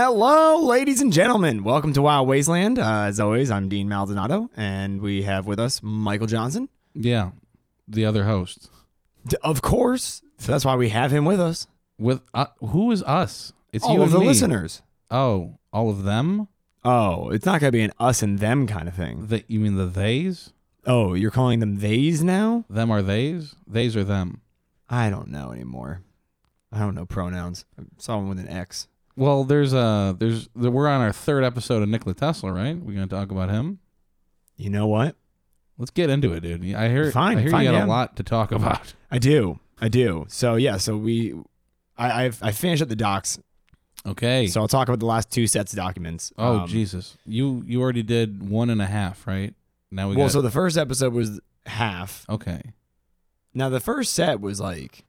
Hello, ladies and gentlemen. Welcome to Wild Wasteland. Uh, as always, I'm Dean Maldonado, and we have with us Michael Johnson. Yeah, the other host. D- Of course, that's why we have him with us. With uh, who is us? It's All you of and the me. listeners. Oh, all of them. Oh, it's not going to be an us and them kind of thing. That you mean the theys? Oh, you're calling them theys now? Them are theys. Theys are them. I don't know anymore. I don't know pronouns. I saw one with an X. Well, there's uh there's the, we're on our third episode of Nikola Tesla, right? We're gonna talk about him. You know what? Let's get into it, dude. I hear Fine, I hear fine, you got yeah. a lot to talk about. I do. I do. So yeah. So we, I, I've I finished up the docs. Okay. So I'll talk about the last two sets of documents. oh Um, Jesus, you you already did one and a half, right? Now we well, got so the first episode was half. okay Now the first set was like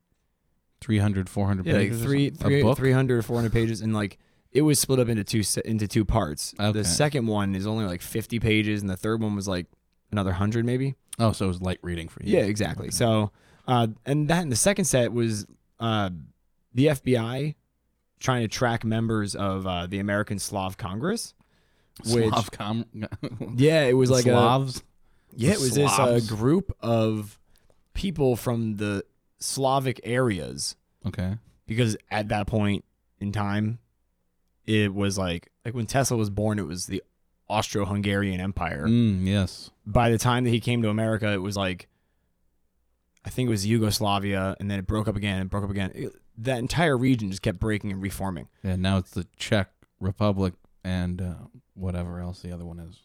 300, 400 yeah, like pages. or three, something. three, a book. 300, 400 pages, and like it was split up into two se- into two parts. Okay. The second one is only like fifty pages, and the third one was like another hundred, maybe. Oh, so it was light reading for you. Yeah, exactly. So, uh, and that and the second set was uh, the FBI trying to track members of uh, the American Slav Congress. which- Slav com- Yeah, it was like a Slavs. yeah, it was this uh, Slavs. group of people from the Slavic areas Okay. because at that point in time, it was like like when Tesla was born, it was the Austro-Hungarian Empire. Mm, yes. By the time that he came to America, it was like I think it was Yugoslavia, and then it broke up again and broke up again. It- that entire region just kept breaking and reforming. And now it's the Czech Republic and uh, whatever else the other one is.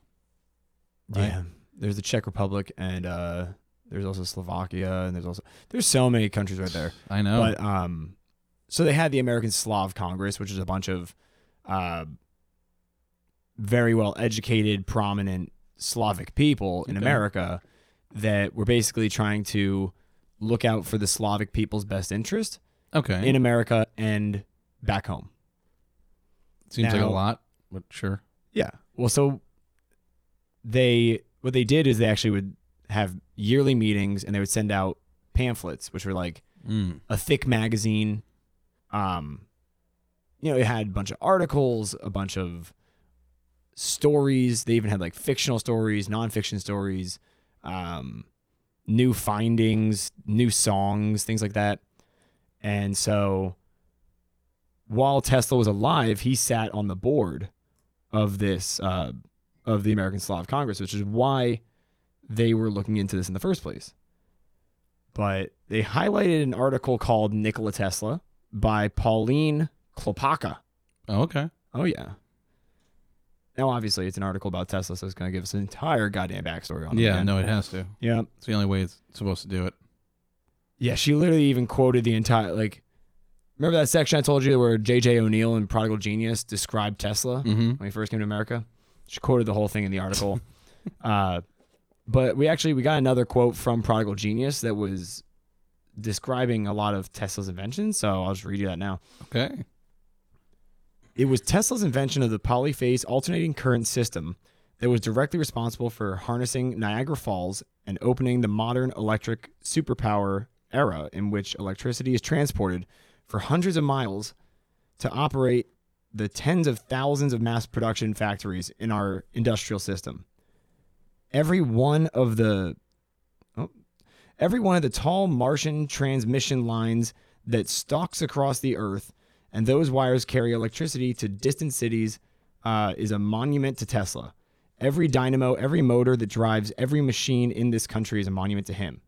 Right. Yeah, there's the Czech Republic, and uh, there's also Slovakia, and there's also there's so many countries right there. I know. But um, so they had the American Slav Congress, which is a bunch of uh, very well educated, prominent Slavic people in Okay. America that were basically trying to look out for the Slavic people's best interest okay. in America and back home. Seems like a now- lot, but sure. Yeah. Well, so they what they did is they actually would have yearly meetings and they would send out pamphlets, which were like Mm. a thick magazine. Um, you know, it had a bunch of articles, a bunch of stories. They even had like fictional stories, nonfiction stories, um, new findings, new songs, things like that. And so while Tesla was alive, he sat on the board of this, uh, of the American Slav Congress, which is why they were looking into this in the first place but they highlighted an article called Nikola Tesla by Pauline Klopaka. Oh, okay. Oh, yeah. Now, obviously, it's an article about Tesla, so it's going to give us an entire goddamn backstory on it. Yeah, no, it has to. Yeah. It's the only way it's supposed to do it. Yeah, she literally even quoted the entire, like, remember that section I told you where J.J. O'Neill and Prodigal Genius described Tesla? Mm-hmm. when he first came to America. She quoted the whole thing in the article. uh, but we actually we got another quote from Prodigal Genius that was describing a lot of Tesla's inventions. So I'll just read you that now. Okay. It was Tesla's invention of the polyphase alternating current system that was directly responsible for harnessing Niagara Falls and opening the modern electric superpower era in which electricity is transported for hundreds of miles to operate the tens of thousands of mass production factories in our industrial system. Every one of the oh, every one of the tall Martian transmission lines that stalks across the earth and those wires carry electricity to distant cities uh, is a monument to Tesla. Every dynamo, every motor that drives every machine in this country is a monument to him.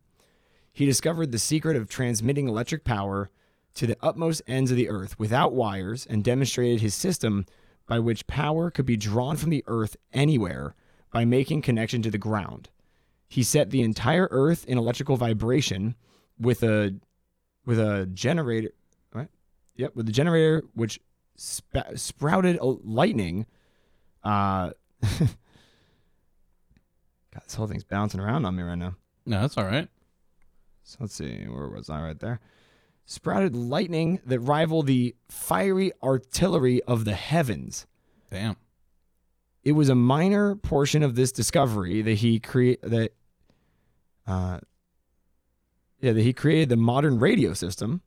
He discovered the secret of transmitting electric power to the utmost ends of the earth without wires and demonstrated his system by which power could be drawn from the earth anywhere by making connection to the ground. He set the entire earth in electrical vibration with a with a generator what? Yep, with the generator which sp- sprouted a lightning uh God, this whole thing's bouncing around on me right now. No, that's all right. So let's see, where was I right there? Sprouted lightning that rivaled the fiery artillery of the heavens. Damn. It was a minor portion of this discovery that he create that uh yeah, that he created the modern radio system.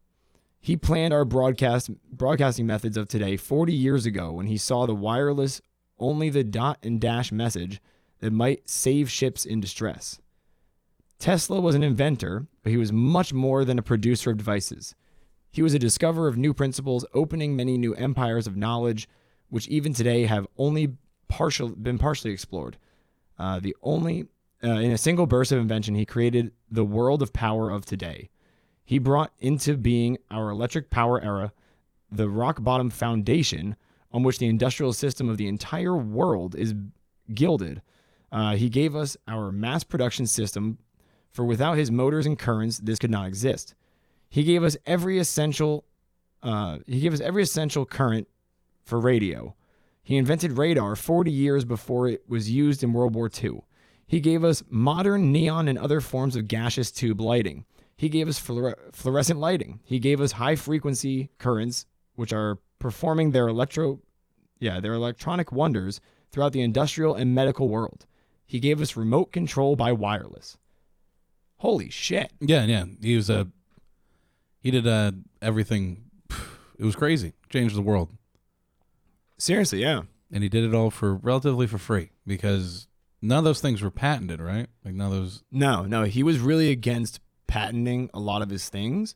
He planned our broadcast broadcasting methods of today 40 years ago when he saw the wireless only the dot and dash message that might save ships in distress. Tesla was an inventor, but he was much more than a producer of devices. He was a discoverer of new principles, opening many new empires of knowledge, which even today have only partial, been partially explored. Uh, the only uh, in a single burst of invention, he created the world of power of today. He brought into being our electric power era, the rock bottom foundation on which the industrial system of the entire world is gilded. Uh, he gave us our mass production system, for without his motors and currents, this could not exist. He gave us every essential. Uh, he gave us every essential current for radio. He invented radar 40 years before it was used in World War II. He gave us modern neon and other forms of gaseous tube lighting. He gave us fluore- fluorescent lighting. He gave us high frequency currents, which are performing their electro, yeah, their electronic wonders throughout the industrial and medical world. He gave us remote control by wireless. Holy shit! Yeah, yeah. He was a he did uh everything. It was crazy. Changed the world. Seriously, yeah. and he did it all for relatively for free because none of those things were patented, right? Like none of those. No, no, he was really against patenting a lot of his things.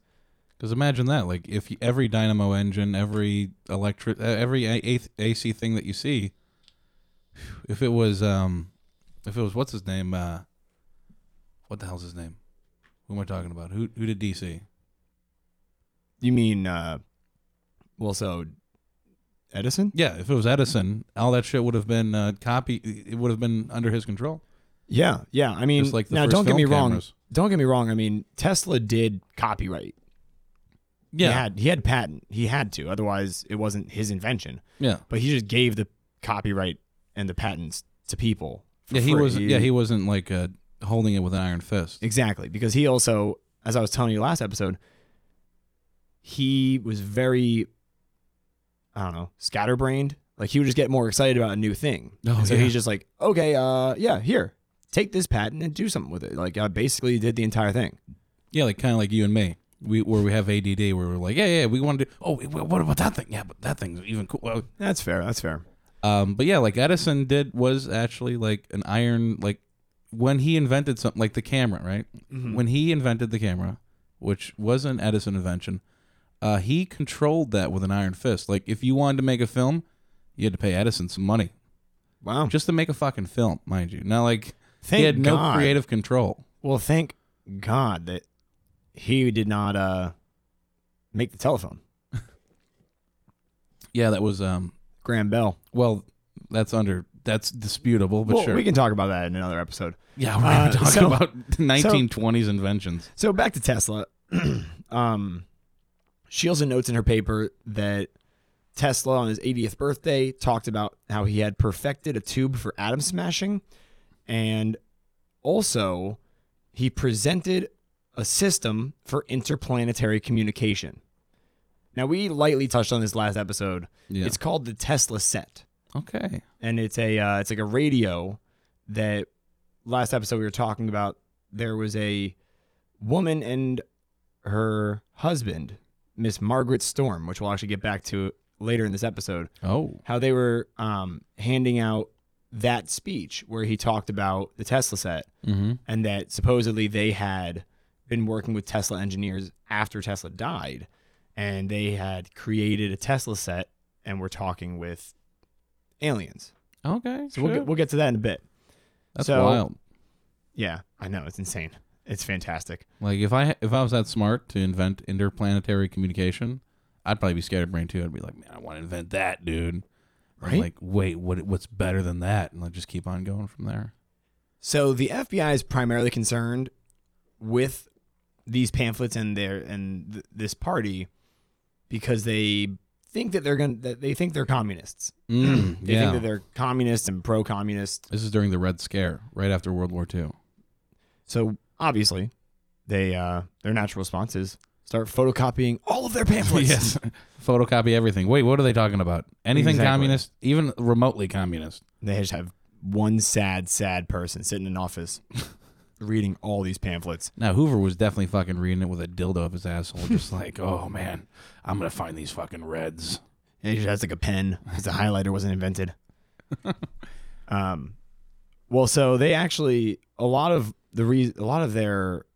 Because imagine that, like if you, every dynamo engine, every electric, e, every A- A- AC thing that you see, if it was, um, if it was what's his name, uh, what the hell's his name? Who am I talking about? Who who did DC? You mean, uh, well, so Edison? Yeah, if it was Edison, all that shit would have been uh, copy. It would have been under his control. Yeah, yeah. I mean, Just like the now do first don't get film me wrong. cameras. Don't get me wrong. I mean, Tesla did copyright. Yeah, He had he had patent. He had to, otherwise it wasn't his invention. yeah. But he just gave the copyright and the patents to people. for Yeah, he free. wasn't. Yeah, he wasn't like uh, holding it with an iron fist. exactly because he also, as I was telling you last episode, he was very, I don't know, scatterbrained. Like he would just get more excited about a new thing. Oh, And so yeah. he's just like, okay, uh, yeah, here, take this patent and do something with it. Like I basically did the entire thing. Yeah, like kind of like you and me. We where we have ADD, where we're like, yeah, yeah, we want to do. Oh, wait, what about that thing? Yeah, but that thing's even cool. Well, That's fair. That's fair. Um, but yeah, like Edison did was actually like an iron, like when he invented something like the camera, right? Mm-hmm. When he invented the camera, which was an Edison invention, uh, he controlled that with an iron fist. Like if you wanted to make a film, you had to pay Edison some money Wow. just to make a fucking film, mind you. Now, like Thank he had no God. creative control. Well, thank God that he did not uh, make the telephone. Yeah, that was um. Graham Bell. Well, that's under that's disputable, but well, sure. we can talk about that in another episode. Yeah, we're Uh, gonna talk so- about 1920s inventions. So back to Tesla. um, she also notes in her paper that Tesla, on his 80th birthday, talked about how he had perfected a tube for atom smashing, and also he presented a system for interplanetary communication. Now we lightly touched on this last episode. Yeah. It's called the Tesla set, Okay. and it's a uh, it's like a radio that last episode we were talking about. There was a woman and her husband, Miss Margaret Storm, which we'll actually get back to later in this episode, Oh. how they were um, handing out that speech where he talked about the Tesla set Mm-hmm. and that supposedly they had been working with Tesla engineers after Tesla died, and they had created a Tesla set and were talking with aliens. Okay. So we'll get, we'll get to that in a bit. that's so- wild. Yeah, I know it's insane. It's fantastic. Like if I if I was that smart to invent interplanetary communication, I'd probably be scared of brain too. I'd be like, man, I want to invent that, dude. I'm Right? like, wait, what? What's better than that? And like, just keep on going from there. So the FBI is primarily concerned with these pamphlets and their and th- this party because they think that they're going that they think they're communists. Mm, They think yeah. that they're communists and pro-communist This is during the Red Scare, right after World War II. So obviously, they uh, their natural response is start photocopying all of their pamphlets. yes. Photocopy everything. Wait, what are they talking about? Anything Exactly. communist, even remotely communist. They just have one sad, sad person sitting in office reading all these pamphlets. Now Hoover was definitely fucking reading it with a dildo up his asshole, just like, oh man, I'm gonna find these fucking reds. And he just has like a pen because the highlighter wasn't invented. um, well, so they actually a lot of the re- a lot of their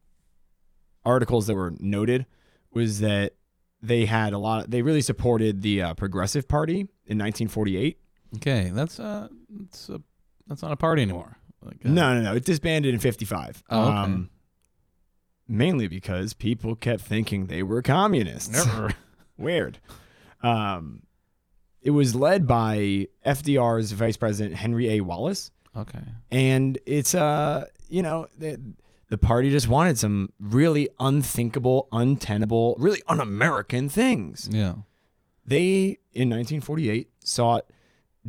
articles that were noted was that they had a lot. They really supported the uh, Progressive Party in 1948. Okay, that's uh, that's a, that's not a party anymore. Like, uh, No, no, no. It disbanded in 55. Oh, okay. mainly because people kept thinking they were communists. never. Weird. Um, it was led by FDR's Vice President Henry A. Wallace, okay, and it's uh, you know, the, the party just wanted some really unthinkable, untenable, really un-American things. yeah, They in 1948 sought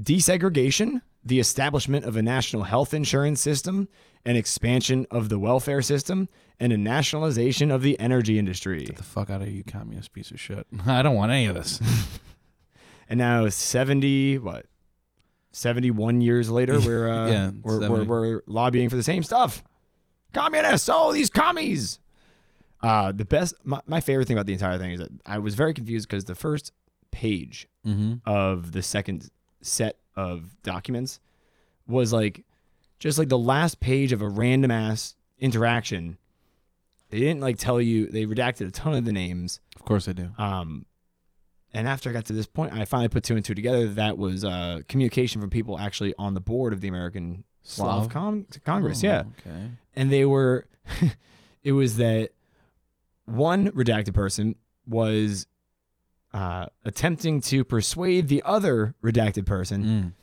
desegregation, the establishment of a national health insurance system, an expansion of the welfare system, and a nationalization of the energy industry. the fuck out of you, communist piece of shit. I don't want any of this. and now 70 what 71 years later we're uh, Yeah, we're, 70. we're, we're lobbying for the same stuff communists oh these commies uh, the best my, my favorite thing about the entire thing is that i was very confused because the first page mm-hmm. of the second set of documents was like just like the last page of a random ass interaction they didn't like tell you they redacted a ton of the names Of course I do. um, and after I got to this point, I finally put two and two together. That was uh, communication from people actually on the board of the American Slav, Slav? Oh. Con- Congress. Yeah. Okay. And they were, it was that one redacted person was uh, attempting to persuade the other redacted person Mm.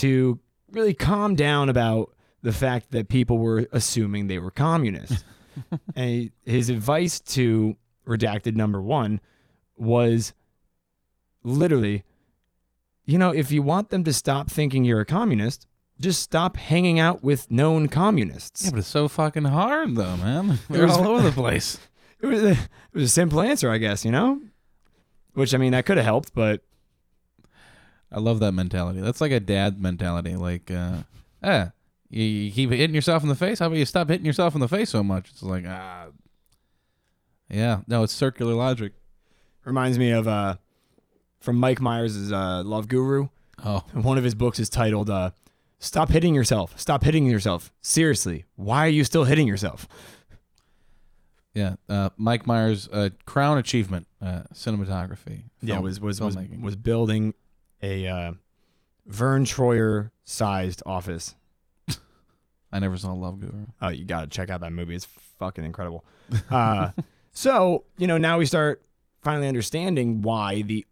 to really calm down about the fact that people were assuming they were communists. and his advice to redacted number one was literally, you know, if you want them to stop thinking you're a communist, just stop hanging out with known communists. Yeah, but it's so fucking hard though, man. They're was- all over the place. It was a, it was a simple answer, I guess, you know? Which, I mean, that could have helped, but I love that mentality. That's like a dad mentality. Like, uh, eh, you, you keep hitting yourself in the face. How about you stop hitting yourself in the face so much? It's like, ah, yeah. No, it's circular logic. reminds me of uh, from Mike Myers' uh, Love Guru. Oh, And one of his books is titled uh, "Stop Hitting Yourself." Stop hitting yourself. Seriously, why are you still hitting yourself? yeah. Uh, Mike Myers' uh, crown achievement, uh, cinematography. Yeah, Film- was was was, filmmaking. was building a uh, Vern Troyer sized office. I never saw Love Guru. Oh, you gotta check out that movie. It's fucking incredible. Uh, so you know now we start finally understanding why the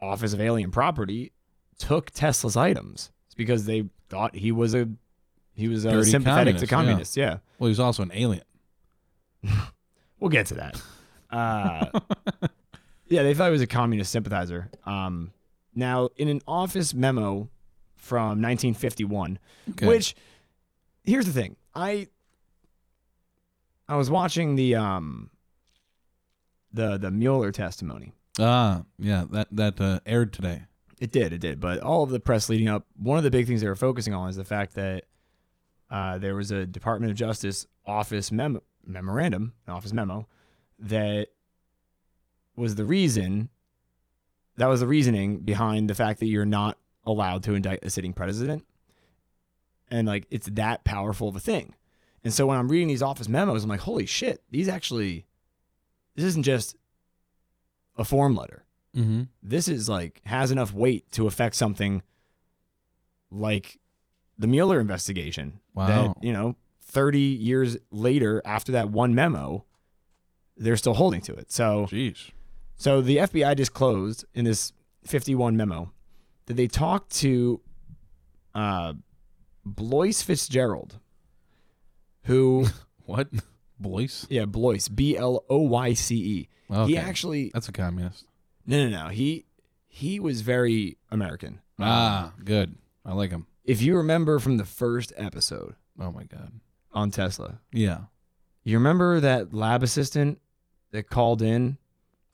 Office of Alien Property took Tesla's items. It's because they thought he was a he was uh, Dirty sympathetic to communist, communists. yeah. Well, he was also an alien. We'll get to that. Uh, yeah, they thought he was a communist sympathizer. Um, now, in an office memo from 1951, Okay. which here's the thing, I I was watching the um the the Mueller testimony. ah, yeah, that that uh, aired today. It did, it did. But all of the press leading up, one of the big things they were focusing on is the fact that uh, there was a Department of Justice office mem- memorandum, an office memo, that was the reason. That was the reasoning behind the fact that you're not allowed to indict a sitting president, and like it's that powerful of a thing. And so when I'm reading these office memos, I'm like, holy shit, these actually, this isn't just a form letter Mm-hmm. this is like has enough weight to affect something like the Mueller investigation. Wow. That, you know, 30 years later after that one memo, they're still holding to it. So Jeez. so the FBI disclosed in this 51 memo that they talked to uh Bloise Fitzgerald who What? Blois? yeah, Bloise, B L O Y C E. Okay. He actually That's a communist. No, no, no. He he was very American. Ah, good. I like him. if you remember from the first episode Oh my god. on Tesla, Yeah. you remember that lab assistant that called in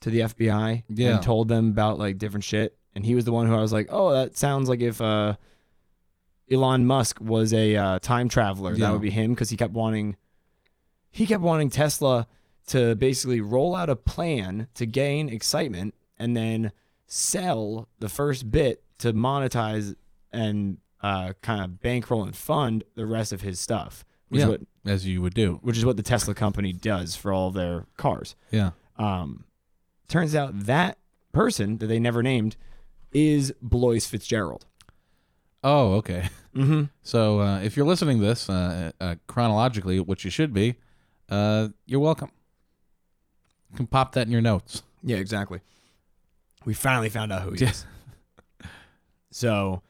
to the FBI Yeah. and told them about like different shit, and he was the one who I was like, "Oh, that sounds like if uh Elon Musk was a uh, time traveler. Yeah. That would be him because he kept wanting he kept wanting Tesla to basically roll out a plan to gain excitement and then sell the first bit to monetize and uh, kind of bankroll and fund the rest of his stuff, which, Yeah. is what, as you would do. which is what the Tesla company does for all their cars. Yeah. Um, turns out that person that they never named is Blois Fitzgerald. Oh, okay. Mm-hmm. So uh, if you're listening to this uh, uh, chronologically, which you should be, uh, you're welcome. You can pop that in your notes. Yeah, exactly. We finally found out who he Yeah. is. So,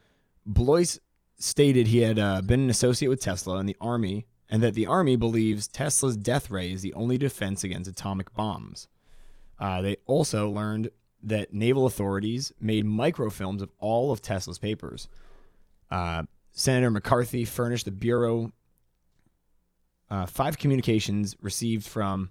Blois stated he had uh, been an associate with Tesla in the army, and that the army believes Tesla's death ray is the only defense against atomic bombs. Uh, they also learned that naval authorities made microfilms of all of Tesla's papers. Uh, Senator McCarthy furnished the bureau uh, five communications received from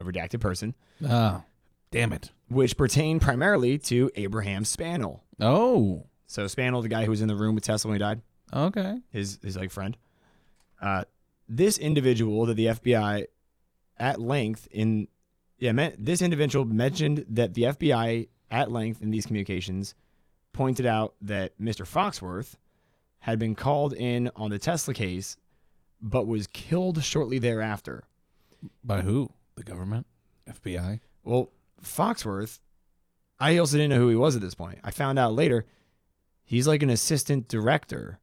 a redacted person Oh, damn it. which pertain primarily to Abraham Spanel. Oh, So Spanel, the guy who was in the room with Tesla when he died, okay. his his like friend. Uh, this individual that the FBI at length in yeah, me- this individual mentioned that the FBI at length in these communications pointed out that Mr. Foxworth had been called in on the Tesla case but was killed shortly thereafter. By who? The government? FBI? Well, Foxworth, I also didn't know who he was at this point. I found out later he's like an assistant director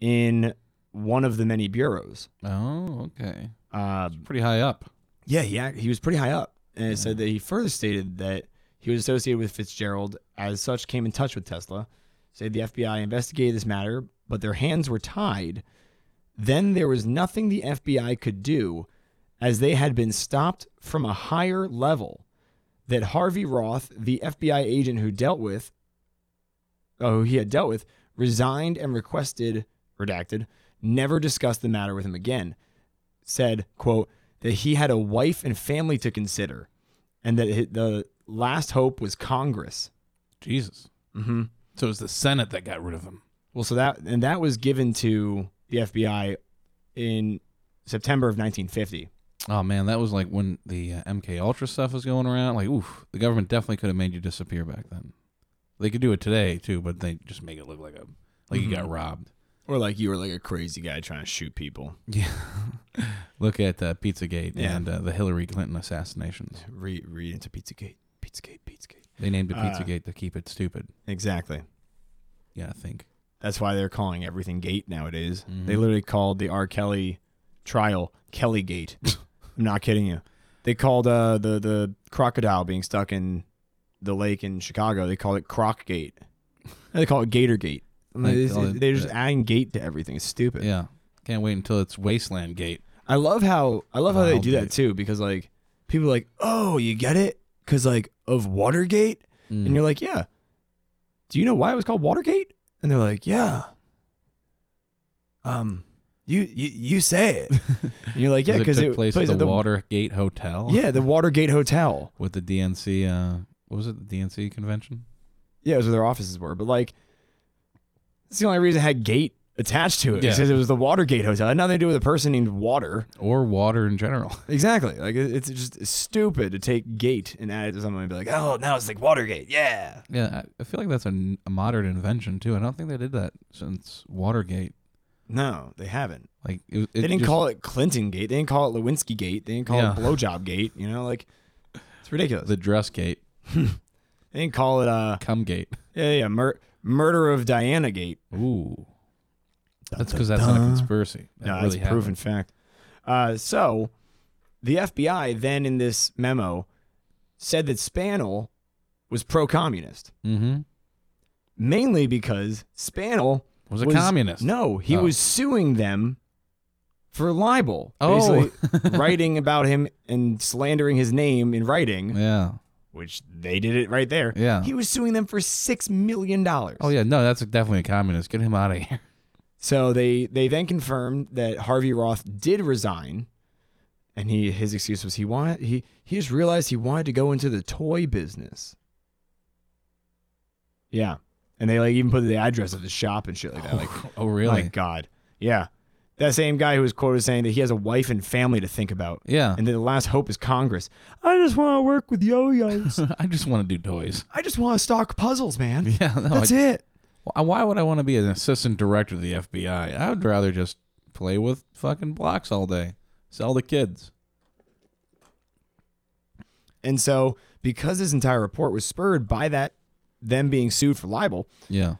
in one of the many bureaus. Oh, okay. Uh, Pretty high up. yeah, he, ac- he was pretty high up. And it said that he further stated that he was associated with Fitzgerald, as such, came in touch with Tesla. Said the FBI investigated this matter, but their hands were tied. Then there was nothing the FBI could do, as they had been stopped from a higher level. That Harvey Roth, the FBI agent who dealt with, oh, who he had dealt with, resigned and requested, redacted, never discussed the matter with him again said, quote, that he had a wife and family to consider and that hi- the last hope was Congress. Jesus. Mm-hmm. So it was the Senate that got rid of him. Well, so that, and that was given to the FBI in September of 1950. Oh man, that was like when the uh, MK Ultra stuff was going around. Like, oof, the government definitely could have made you disappear back then. They could do it today too, but they just make it look like a like you Mm-hmm. got robbed. Or like you were like a crazy guy trying to shoot people. Yeah. look at uh, Pizzagate Yeah. and uh, the Hillary Clinton assassinations. Read, read into Pizzagate, Pizzagate, Pizzagate. They named it Uh, Pizzagate to keep it stupid. Exactly. Yeah, I think. That's why they're calling everything Gate nowadays. Mhm. They literally called the R. Kelly trial Kelly Gate. I'm not kidding you. They called uh, the the crocodile being stuck in the lake in Chicago. They called it Croc Gate. They call it Gator Gate. I mean, Like, it's- oh, it's- they're just uh, adding gate to everything. It's stupid. Yeah. Can't wait until it's Wasteland Gate. I love how I love how they Wild do that Gate. too because like people are like oh you get it because like of Watergate Mm. and you're like yeah. Do you know why it was called Watergate? And they're like yeah. Um, you you you say it. and you're like yeah it because took it, place at the, Watergate Hotel. yeah the Watergate Hotel. With the DNC, uh, what was it? The DNC convention? Yeah, it was where their offices were. But like, it's the only reason it had gate attached to it. Yeah. Because it was the Watergate Hotel. It had nothing to do with a person named Water. Or water in general. Exactly. Like it- it's just stupid to take gate and add it to something and be like, oh, now it's like Watergate. Yeah. Yeah, I- I feel like that's a, n- a modern invention too. I don't think they did that since Watergate. No, they haven't. Like it, it They didn't just- call it Clinton Gate. They didn't call it Lewinsky Gate. They didn't call Yeah. it Blowjob Gate. You know, like it's ridiculous. the dress gate, They didn't call it uh cum gate. yeah yeah mur- murder of Diana Gate. Ooh, that's because that's not a conspiracy. That No, really that's proven fact. Uh, so the FBI then in this memo said that Spanel was pro-communist, Mm-hmm. mainly because Spanel Was a was- communist. No, he Oh. was suing them for libel. Oh. Basically writing about him and slandering his name in writing, Yeah. which they did it right there. Yeah. He was suing them for six million dollars. Oh yeah. No, that's definitely a communist. Get him out of here. So they they then confirmed that Harvey Roth did resign, and he his excuse was he wanted he he just realized he wanted to go into the toy business. Yeah, and they like even put the address of his shop and shit like that. Like, Oh, really? my God, yeah. That same guy who was quoted saying that he has a wife and family to think about. yeah. And then the last hope is Congress. I just want to work with yo-yos. I just want to do toys. I just want to stock puzzles, man. Yeah. No, That's I, it. Why- Why would I want to be an assistant director of the FBI? I would rather just play with fucking blocks all day, sell the kids. And so, because this entire report was spurred by that them being sued for libel, Yeah.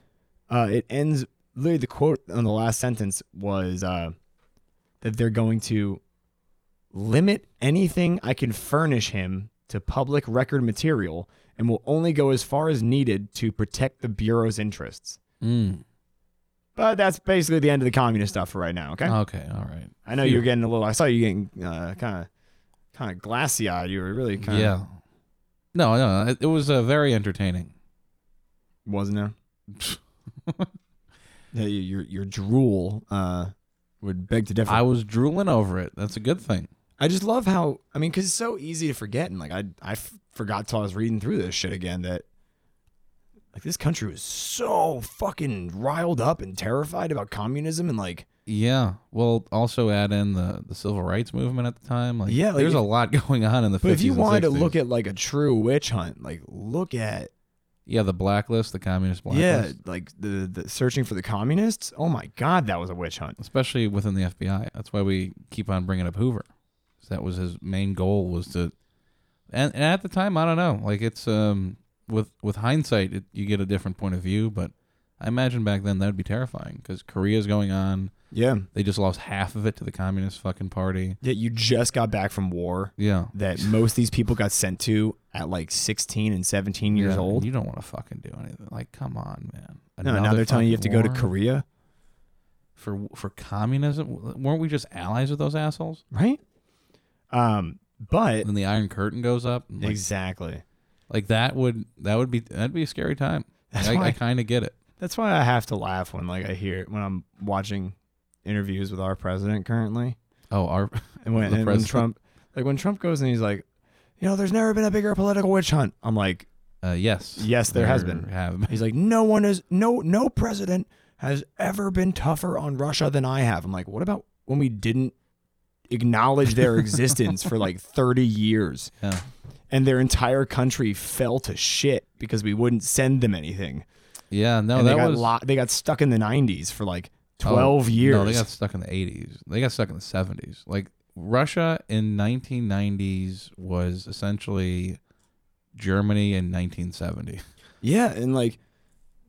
uh, it ends literally the quote on the last sentence was uh, that they're going to limit anything I can furnish him to public record material and will only go as far as needed to protect the bureau's interests. Mm. But that's basically the end of the communist stuff for right now. Okay, Okay. All right. I know you're getting a little. I saw you getting uh, kind of kind of glassy eyed. You were really kind of Yeah. No, no. It, it was uh, very entertaining. wasn't there? Yeah, your- your your drool uh, would beg to differ. I was drooling over it. That's a good thing. I just love how I mean, because it's so easy to forget, and like I I f- forgot till I was reading through this shit again that like this country was so fucking riled up and terrified about communism and like Yeah. Well, also add in the, the civil rights movement at the time. Like, Yeah, like there's if- a lot going on in the. but 50s if you and wanted to 60s. look at like a true witch hunt like look at yeah, the blacklist, the communist yeah blacklist, like the, the searching for the communists oh my god that was a witch hunt especially within the FBI. That's why we keep on bringing up Hoover. 'Cause That was his main goal was to, and, and at the time, I don't know. Like it's um with with hindsight, it, you get a different point of view, but I imagine back then that would be terrifying because Korea's going on. yeah They just lost half of it to the communist fucking party. yeah you just got back from war Yeah. that most of these people got sent to at like 16 and 17 years Yeah, old You don't want to fucking do anything. Like, come on, man. no now they're telling you you have to fucking go to war? korea for for communism. Weren't we just allies with those assholes? right? Um, but And the Iron Curtain goes up. and, Mm, Like, exactly. like that would that would be that'd be a scary time. That's I, why- I kind of get it. That's why I have to laugh when like I hear when I'm watching interviews with our president currently, Oh, our and when, The and when president. Trump, like when Trump goes and he's like, you know, there's never been a bigger political witch hunt. I'm like, uh, yes, Yes, there has been. Have been. he's like, no one is, no, no president has ever been tougher on Russia than I have. I'm like, what about when we didn't acknowledge their existence for like 30 years Yeah. and their entire country fell to shit because we wouldn't send them anything? yeah, no, and that they got was lo- they got stuck in the 90s for like oh, 12 years. No, they got stuck in the eighties. They got stuck in the seventies. Like Russia in nineteen nineties was essentially Germany in nineteen seventy. yeah, and like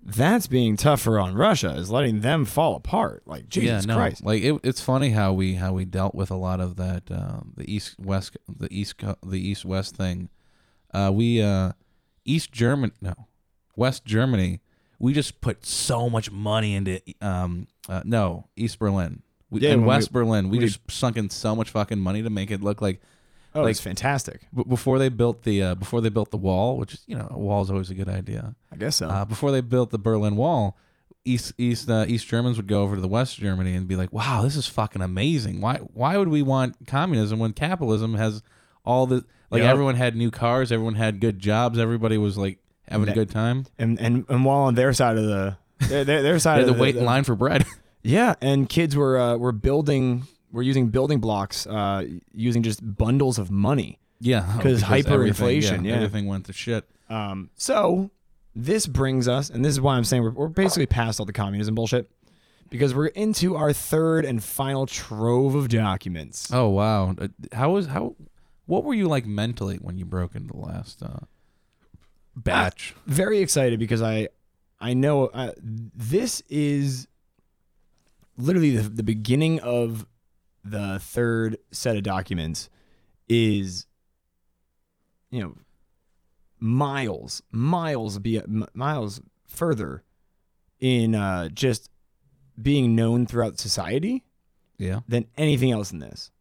that's being tougher on Russia is letting them fall apart. Like Jesus Christ. Like it, it's funny how we how we dealt with a lot of that uh, the east west the east co- the east west thing. Uh, we uh, East German no West Germany. We just put so much money into um, uh, no East Berlin. We, Yeah, and when West Berlin. We, we- just sunk in so much fucking money to make it look like Oh, like- it's fantastic. b- before they built the uh, before they built the wall, which is you know a wall is always a good idea I guess so. uh, before they built the Berlin Wall, East East uh, East Germans would go over to the West Germany and be like, "Wow, this is fucking amazing. Why why would we want communism when capitalism has all the like Yep. everyone had new cars, everyone had good jobs, everybody was like having a That- good time. and, and and while on their side of the their, their, their They side had of to Uh, the, wait in the- line for bread. Yeah, and kids were uh, were building were using building blocks uh, using just bundles of money. yeah, Because everything- hyperinflation, yeah. everything went to shit. Um, so this brings us, and this is why I'm saying we're, we're basically past all the communism bullshit, because we're into our third and final trove of documents. Oh wow, Uh, how was how? What were you like mentally when you broke into the last uh, batch? Very excited because I, I know uh, this is literally the, the beginning of the third set of documents is, you know, miles, miles be m- miles further in uh, just being known throughout society yeah, than anything else in this.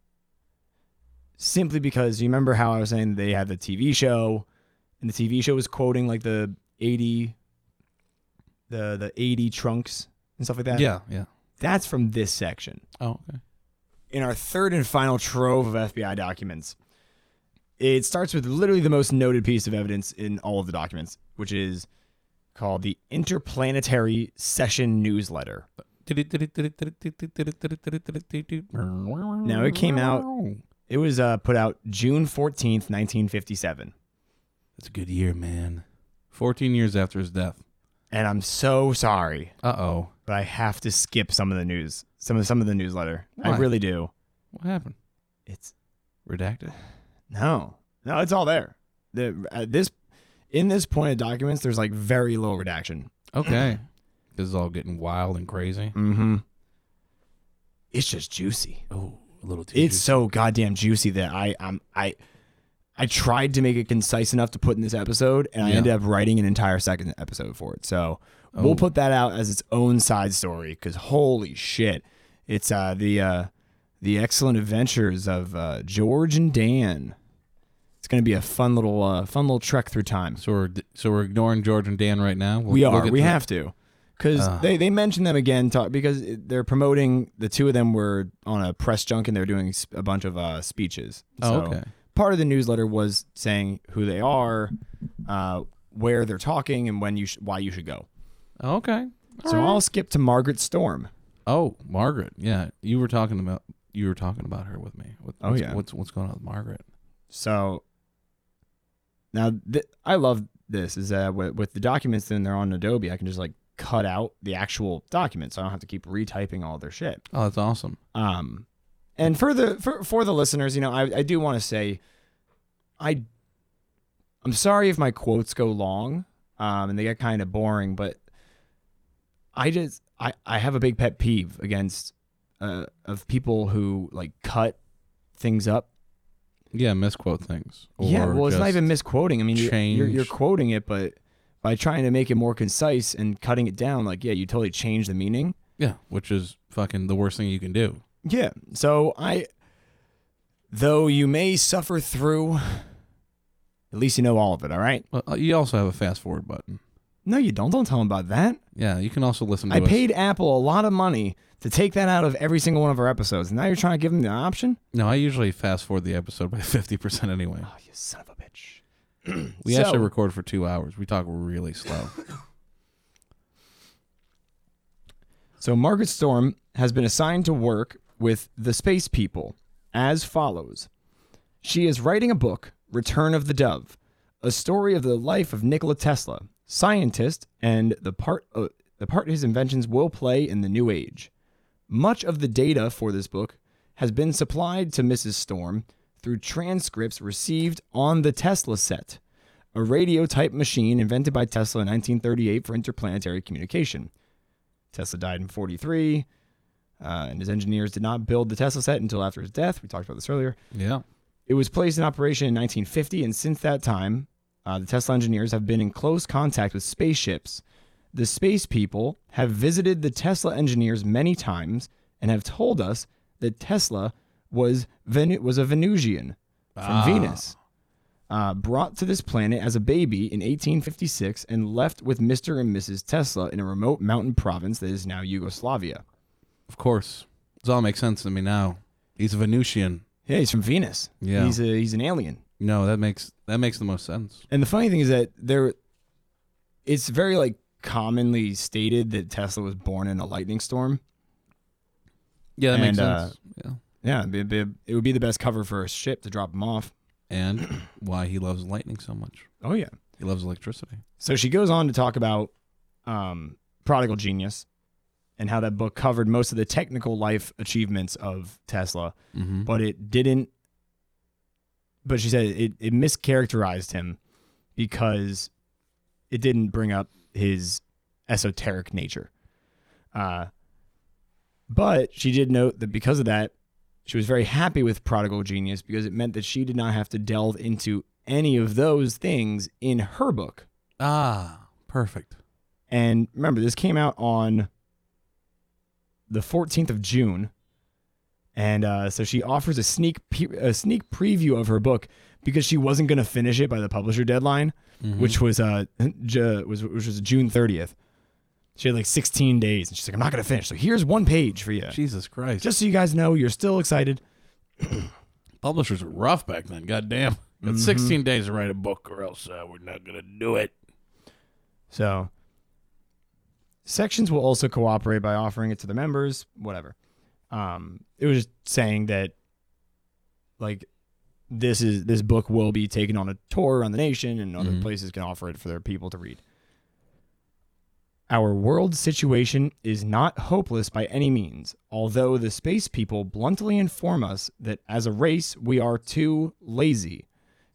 Simply because you remember how I was saying they had the TV show, and the TV show was quoting like the eighty, the the eighty trunks and stuff like that. yeah, yeah. that's from this section. Oh okay. In our third and final trove of FBI documents, it starts with literally the most noted piece of evidence in all of the documents, which is called the Interplanetary Session Newsletter. Now it came out- It was uh, put out June 14th, 1957. That's a good year, man. 14 years after his death. And I'm so sorry, Uh oh. but I have to skip some of the news, some of some of the newsletter. I Why? really do. What happened? It's Redacted. no, no, it's all there. The at this in this point of documents, there's like very low redaction. Okay. this is all getting wild and crazy. Mm-hmm. It's just juicy. Oh, a little too. It's so goddamn juicy that I I'm, I I tried to make it concise enough to put in this episode, and I Yeah. ended up writing an entire second episode for it. So Oh. we'll put that out as its own side story because holy shit, it's uh, the uh, the excellent adventures of uh, George and Dan. It's gonna be a fun little uh, fun little trek through time. So we're so we're ignoring George and Dan right now. We'll- We we'll are. get we to that. have to. Because Ah. they, they mentioned them again talk, because it- they're promoting, the two of them were on a press junk and they're doing s- a bunch of uh, speeches. Oh, So okay. Part of the newsletter was saying who they are, uh, where they're talking, and when you sh- why you should go. Oh, okay. So I'll skip to Margaret Storm. Oh, Margaret. Yeah, you were talking about you were talking about her with me. What, Oh, what's, yeah. What's what's going on with Margaret? So now th- I love this is that with, with the documents then they're on Adobe, I can just like cut out the actual documents. So I don't have to keep retyping all their shit. Oh, that's awesome. Um, and for the for, for the listeners, you know, I, I do want to say, I I'm sorry if my quotes go long, um, and they get kind of boring, but I just I I have a big pet peeve against uh of people who like cut things up. Yeah, misquote things. yeah, or well, it's not just- even misquoting. I mean, you're, you're you're change. quoting it, but by trying to make it more concise and cutting it down, like yeah, you totally change the meaning. Yeah, which is fucking the worst thing you can do. Yeah. So I, though you may suffer through, at least you know all of it. All right. Well, uh, you also have a fast forward button. No, you don't. Don't tell them about that. Yeah, you can also listen to I us. paid Apple a lot of money to take that out of every single one of our episodes, and now you're trying to give them the option. No, I usually fast forward the episode by fifty percent anyway. Oh, you son of a bitch. We So- actually record for two hours. We talk really slow. So Margaret Storm has been assigned to work with the space people as follows. She is writing a book, Return of the Dove, a story of the life of Nikola Tesla, scientist, and the part uh, the part his inventions will play in the new age. Much of the data for this book has been supplied to Mrs. Storm through transcripts received on the Tesla set, a radio type machine invented by Tesla in 1938 for interplanetary communication. Tesla died in 43, uh, and his engineers did not build the Tesla set until after his death. We talked about this earlier. yeah. It was placed in operation in 1950, and since that time, uh, the Tesla engineers have been in close contact with spaceships. The space people have visited the Tesla engineers many times and have told us that Tesla was Venu- was a Venusian from Ah. Venus, uh, brought to this planet as a baby in 1856 and left with Mr. and Mrs. Tesla in a remote mountain province that is now Yugoslavia. Of course. It all makes sense to me now. He's a Venusian. Yeah, he's from Venus. Yeah. he's a, he's an alien. No, that makes that makes the most sense. And the funny thing is that there, it's very like commonly stated that Tesla was born in a lightning storm. Yeah, that makes And, uh, sense. yeah. Yeah, it'd be- it'd be- it would be the best cover for a ship to drop him off. And why he loves lightning so much. Oh yeah. He loves electricity. So she goes on to talk about um, Prodigal Genius and how that book covered most of the technical life achievements of Tesla, Mm-hmm. but it didn't. But she said it, it mischaracterized him because it didn't bring up his esoteric nature. Uh, but she did note that because of that, she was very happy with Prodigal Genius because it meant that she did not have to delve into any of those things in her book. Ah, perfect. And remember, this came out on the 14th of June. And uh, so she offers a sneak pe- a sneak preview of her book because she wasn't going to finish it by the publisher deadline, Mm-hmm. which was uh J- was which was June 30th. She had like 16 days, and she's like, "I'm not going to finish." So here's one page for you, Jesus Christ. just so you guys know you're still excited. Publishers were rough back then. God damn. Got 16 days to write a book or else uh, we're not going to do it. So Sections will also cooperate by offering it to the members, whatever. Um, it was just saying that, like, this is this book will be taken on a tour around the nation, and other Mhm. places can offer it for their people to read. Our world situation is not hopeless by any means, although the space people bluntly inform us that as a race we are too lazy.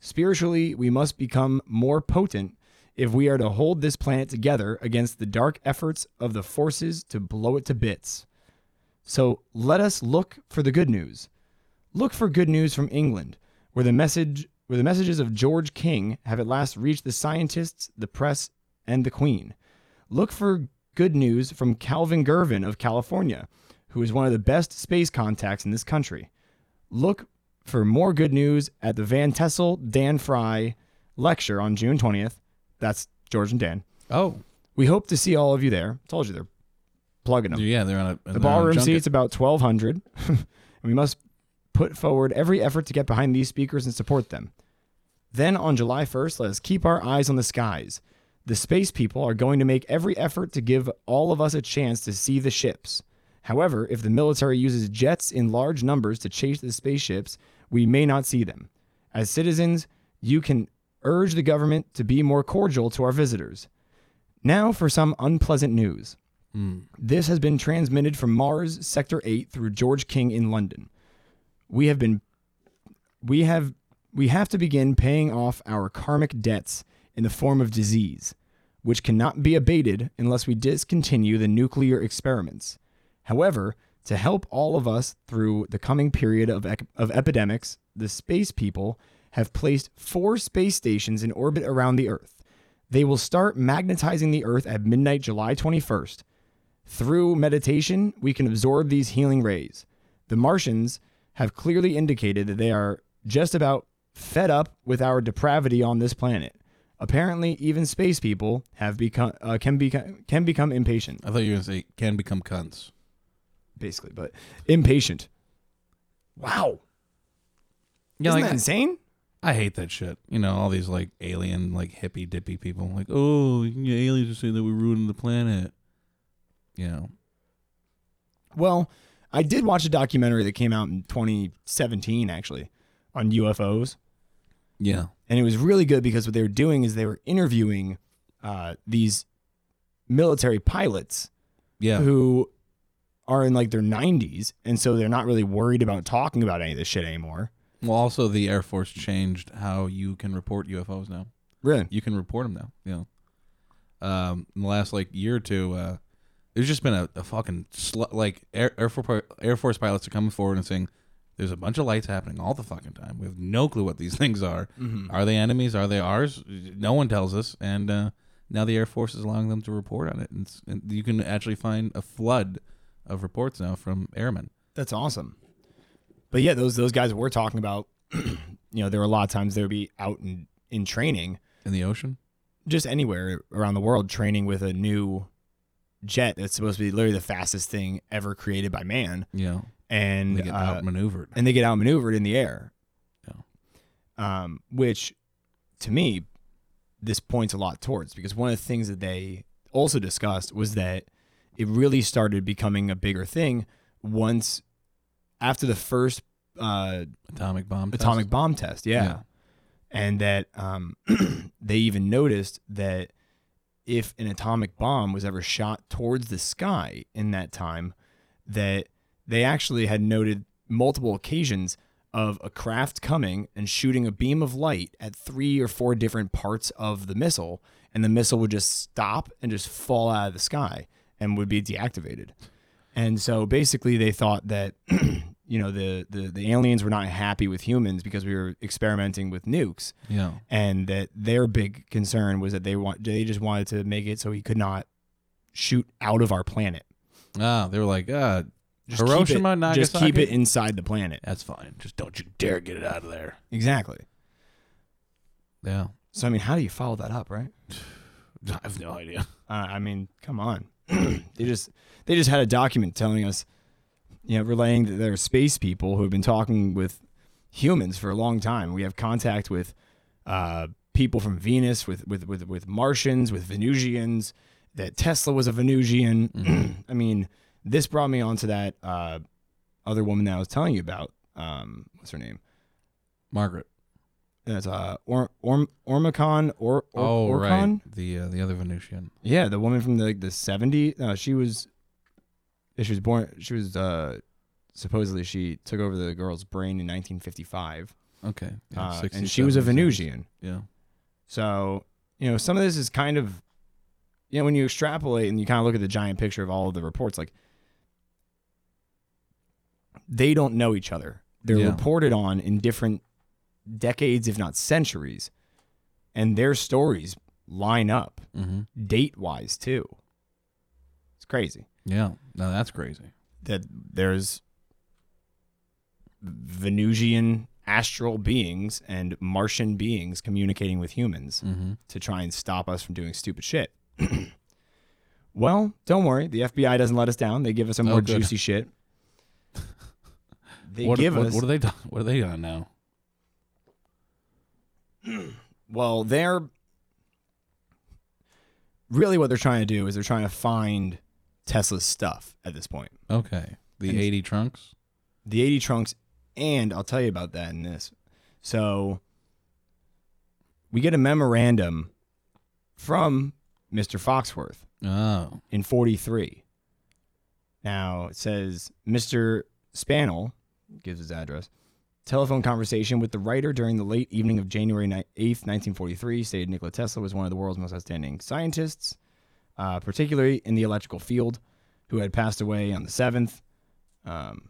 Spiritually, we must become more potent if we are to hold this planet together against the dark efforts of the forces to blow it to bits. So let us look for the good news. Look for good news from England, where the message where the messages of George King have at last reached the scientists, the press, and the Queen. Look for good news from Calvin Gervin of California, who is one of the best space contacts in this country. Look for more good news at the Van Tessel Dan Fry lecture on June 20th. That's George and Dan. Oh, We hope to see all of you there. Told you they're plugging them. yeah, they're on a The ballroom seats about 1,200. and we must put forward every effort to get behind these speakers and support them. Then on July 1st, let us keep our eyes on the skies. The space people are going to make every effort to give all of us a chance to see the ships. However, if the military uses jets in large numbers to chase the spaceships, we may not see them. As citizens, you can urge the government to be more cordial to our visitors. Now for some unpleasant news. This has been transmitted from Mars Sector 8 through George King in London. We have been we have we have to begin paying off our karmic debts in the form of disease, which cannot be abated unless we discontinue the nuclear experiments. However, to help all of us through the coming period of, ec- of epidemics, the space people have placed four space stations in orbit around the Earth. They will start magnetizing the Earth at midnight, July 21st. Through meditation, we can absorb these healing rays. The Martians have clearly indicated that they are just about fed up with our depravity on this planet. Apparently, even space people have become uh, can become can become impatient, I thought you were gonna say can become cunts. basically, but impatient. Wow, Yeah, isn't like that insane? I hate that shit. You know, all these like alien, like hippy dippy people, like oh, yeah, aliens are saying that we're ruining the planet. You know, Well, I did watch a documentary that came out in 2017, actually, on UFOs. yeah, and it was really good because what they were doing is they were interviewing uh, these military pilots yeah. who are in like their 90s and so they're not really worried about talking about any of this shit anymore Well, also the Air Force changed how you can report UFOs now. really You can report them now. You know, um, in the last like year or two, uh, there's just been a, a fucking sl- like Air Air Force Air Force pilots are coming forward and saying there's a bunch of lights happening all the fucking time. We have no clue what these things are. Mm-hmm. Are they enemies? Are they ours? No one tells us. And uh, now the Air Force is allowing them to report on it, and, it's, and you can actually find a flood of reports now from airmen. that's awesome but yeah those those guys we're talking about you know there were a lot of times they would be out in in training In the ocean? just anywhere around the world training with a new jet that's supposed to be literally the fastest thing ever created by man Yeah. and They get uh, outmaneuvered. and they get outmaneuvered in the air. Yeah. Um, which to me, this points a lot towards because one of the things that they also discussed was that it really started becoming a bigger thing once after the first uh, Atomic bomb. test. atomic bomb test. Yeah. Yeah. And that um, they even noticed that if an atomic bomb was ever shot towards the sky in that time, that they actually had noted multiple occasions of a craft coming and shooting a beam of light at three or four different parts of the missile, and the missile would just stop and just fall out of the sky and would be deactivated. And so basically, they thought that you know the, the the aliens were not happy with humans because we were experimenting with nukes, Yeah. and that their big concern was that they want they just wanted to make it so he could not shoot out of our planet. Ah, they were like, ah, Just Hiroshima, keep it, just keep Nagasaki? it inside the planet. that's fine. Just don't you dare get it out of there. Exactly. Yeah. So I mean, how do you follow that up, right? I have no idea. Uh, I mean, come on. they just they just had a document telling us, you know, relaying that there are space people who have been talking with humans for a long time. We have contact with uh, people from Venus, with with with with Martians, with Venusians. that Tesla was a Venusian. Mm-hmm. I mean, this brought me onto that uh, other woman that I was telling you about. Um, what's her name? Margaret. That's uh, Or Orm Ormacon or, or oh Orcon? right, the uh, the other Venusian. Yeah, the woman from the like, the seventies. No, she was. She was born. She was uh, supposedly she took over the girl's brain in 1955, Okay, yeah, uh, 60s, and she was a 70s. Venusian. Yeah, So you know, some of this is kind of, you know, when you extrapolate and you kind of look at the giant picture of all of the reports, like they don't know each other. They're Yeah. reported on in different decades, if not centuries, and their stories line up mm-hmm. date wise too. It's crazy yeah. No, that's crazy. that there's Venusian astral beings and Martian beings communicating with humans Mm-hmm. to try and stop us from doing stupid shit. well, don't worry, the FBI doesn't let us down. They give us some Oh, more good. juicy shit. They what, give what, us what are they done? What are they on now? Well, they're really what they're trying to do is they're trying to find Tesla's stuff at this point. Okay, the And- eighty trunks. The 80 trunks, and I'll tell you about that in this. So we get a memorandum from Mr. Foxworth Oh, in 43. Now it says Mr. Spannel gives his address. Telephone conversation with the writer during the late evening of January 9th, 8th, 1943 stated Nikola Tesla was one of the world's most outstanding scientists, uh, particularly in the electrical field, who had passed away on the 7th. Um,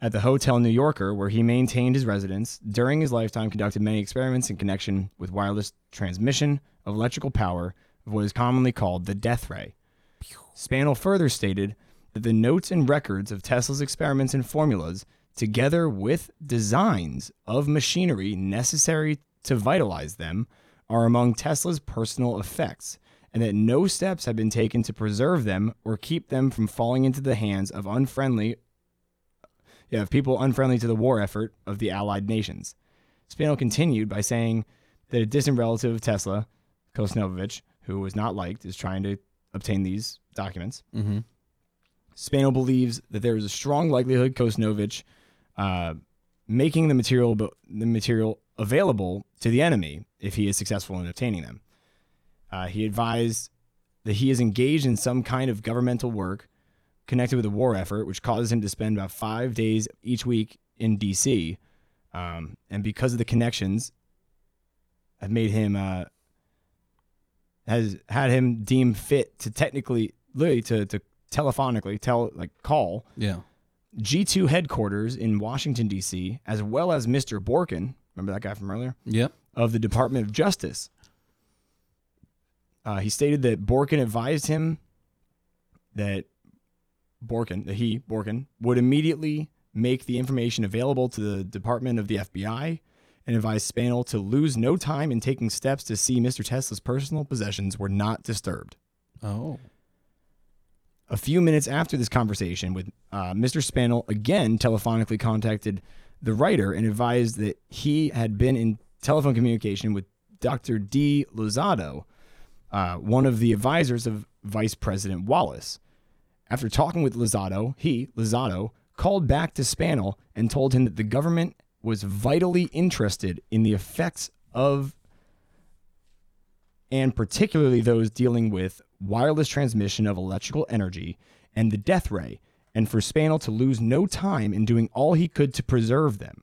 at the Hotel New Yorker, where he maintained his residence, during his lifetime conducted many experiments in connection with wireless transmission of electrical power of what is commonly called the death ray. Spanel further stated that the notes and records of Tesla's experiments and formulas, together with designs of machinery necessary to vitalize them, are among Tesla's personal effects, and that no steps have been taken to preserve them or keep them from falling into the hands of unfriendly yeah, of people unfriendly to the war effort of the Allied nations. Spano continued by saying that a distant relative of Tesla, Kosnovich, who was not liked, is trying to obtain these documents. mm-hmm. Spano believes that there is a strong likelihood Kosnovich uh, making the material the material available to the enemy if he is successful in obtaining them. Uh, he advised that he is engaged in some kind of governmental work connected with the war effort, which causes him to spend about five days each week in D.C. Um, and because of the connections, have made him uh, has had him deem fit to technically, literally, to, to telephonically tell like call yeah. G2 headquarters in Washington, D.C., as well as Mr. Borkin, remember that guy from earlier, Yep. of the Department of Justice. Uh, he stated that Borkin advised him that Borkin, that he, Borkin, would immediately make the information available to the Department of the FBI and advised Spanel to lose no time in taking steps to see Mr. Tesla's personal possessions were not disturbed. Oh. A few minutes after this conversation with uh, Mr. Spannel, again telephonically contacted the writer and advised that he had been in telephone communication with Dr. D. Lozado, uh, one of the advisors of Vice President Wallace. After talking with Lozado, he, Lozado, called back to Spannel and told him that the government was vitally interested in the effects of and particularly those dealing with wireless transmission of electrical energy and the death ray, and for Spanel to lose no time in doing all he could to preserve them.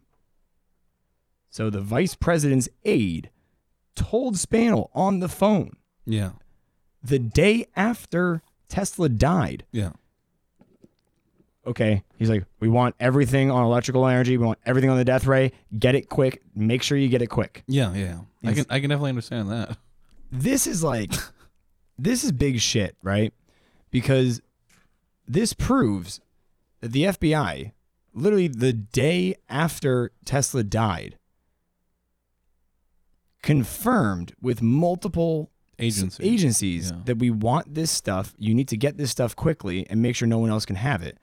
So the vice president's aide told Spanel on the phone Yeah. the day after Tesla died. Yeah. Okay, he's like, we want everything on electrical energy. We want everything on the death ray. Get it quick. Make sure you get it quick. Yeah. Yeah. I Yes. can I can definitely understand that. this is like this is big shit, right? Because this proves that the FBI literally the day after Tesla died confirmed with multiple s- Agency. agencies Yeah. that we want this stuff, you need to get this stuff quickly and make sure no one else can have it.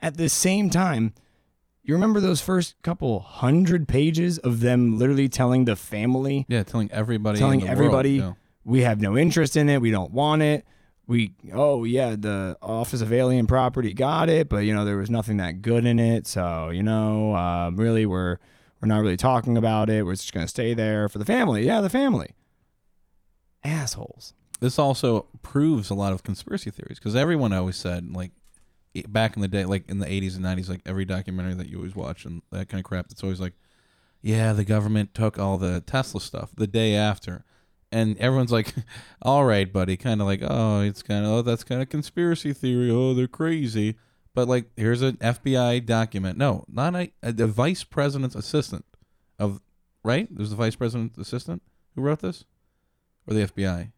At the same time, you remember those first couple hundred pages of them literally telling the family Yeah, telling everybody. in telling the world, everybody yeah. we have no interest in it. We don't want it. We oh yeah, the Office of Alien Property got it, but you know there was nothing that good in it. So you know, um, really, we're we're not really talking about it. We're just gonna stay there for the family. Yeah, the family. Assholes. This also proves a lot of conspiracy theories because everyone always said like i- back in the day, like in the eighties and nineties, like every documentary that you always watch and that kind of crap, it's always like, yeah, the government took all the Tesla stuff the day after. And everyone's like, all right, buddy. Kind of like, oh, it's kind of, oh, that's kind of conspiracy theory. Oh, they're crazy. But like, here's an FBI document. No, not a, a the vice president's assistant of, right? There's the vice president's assistant who wrote this or the FBI.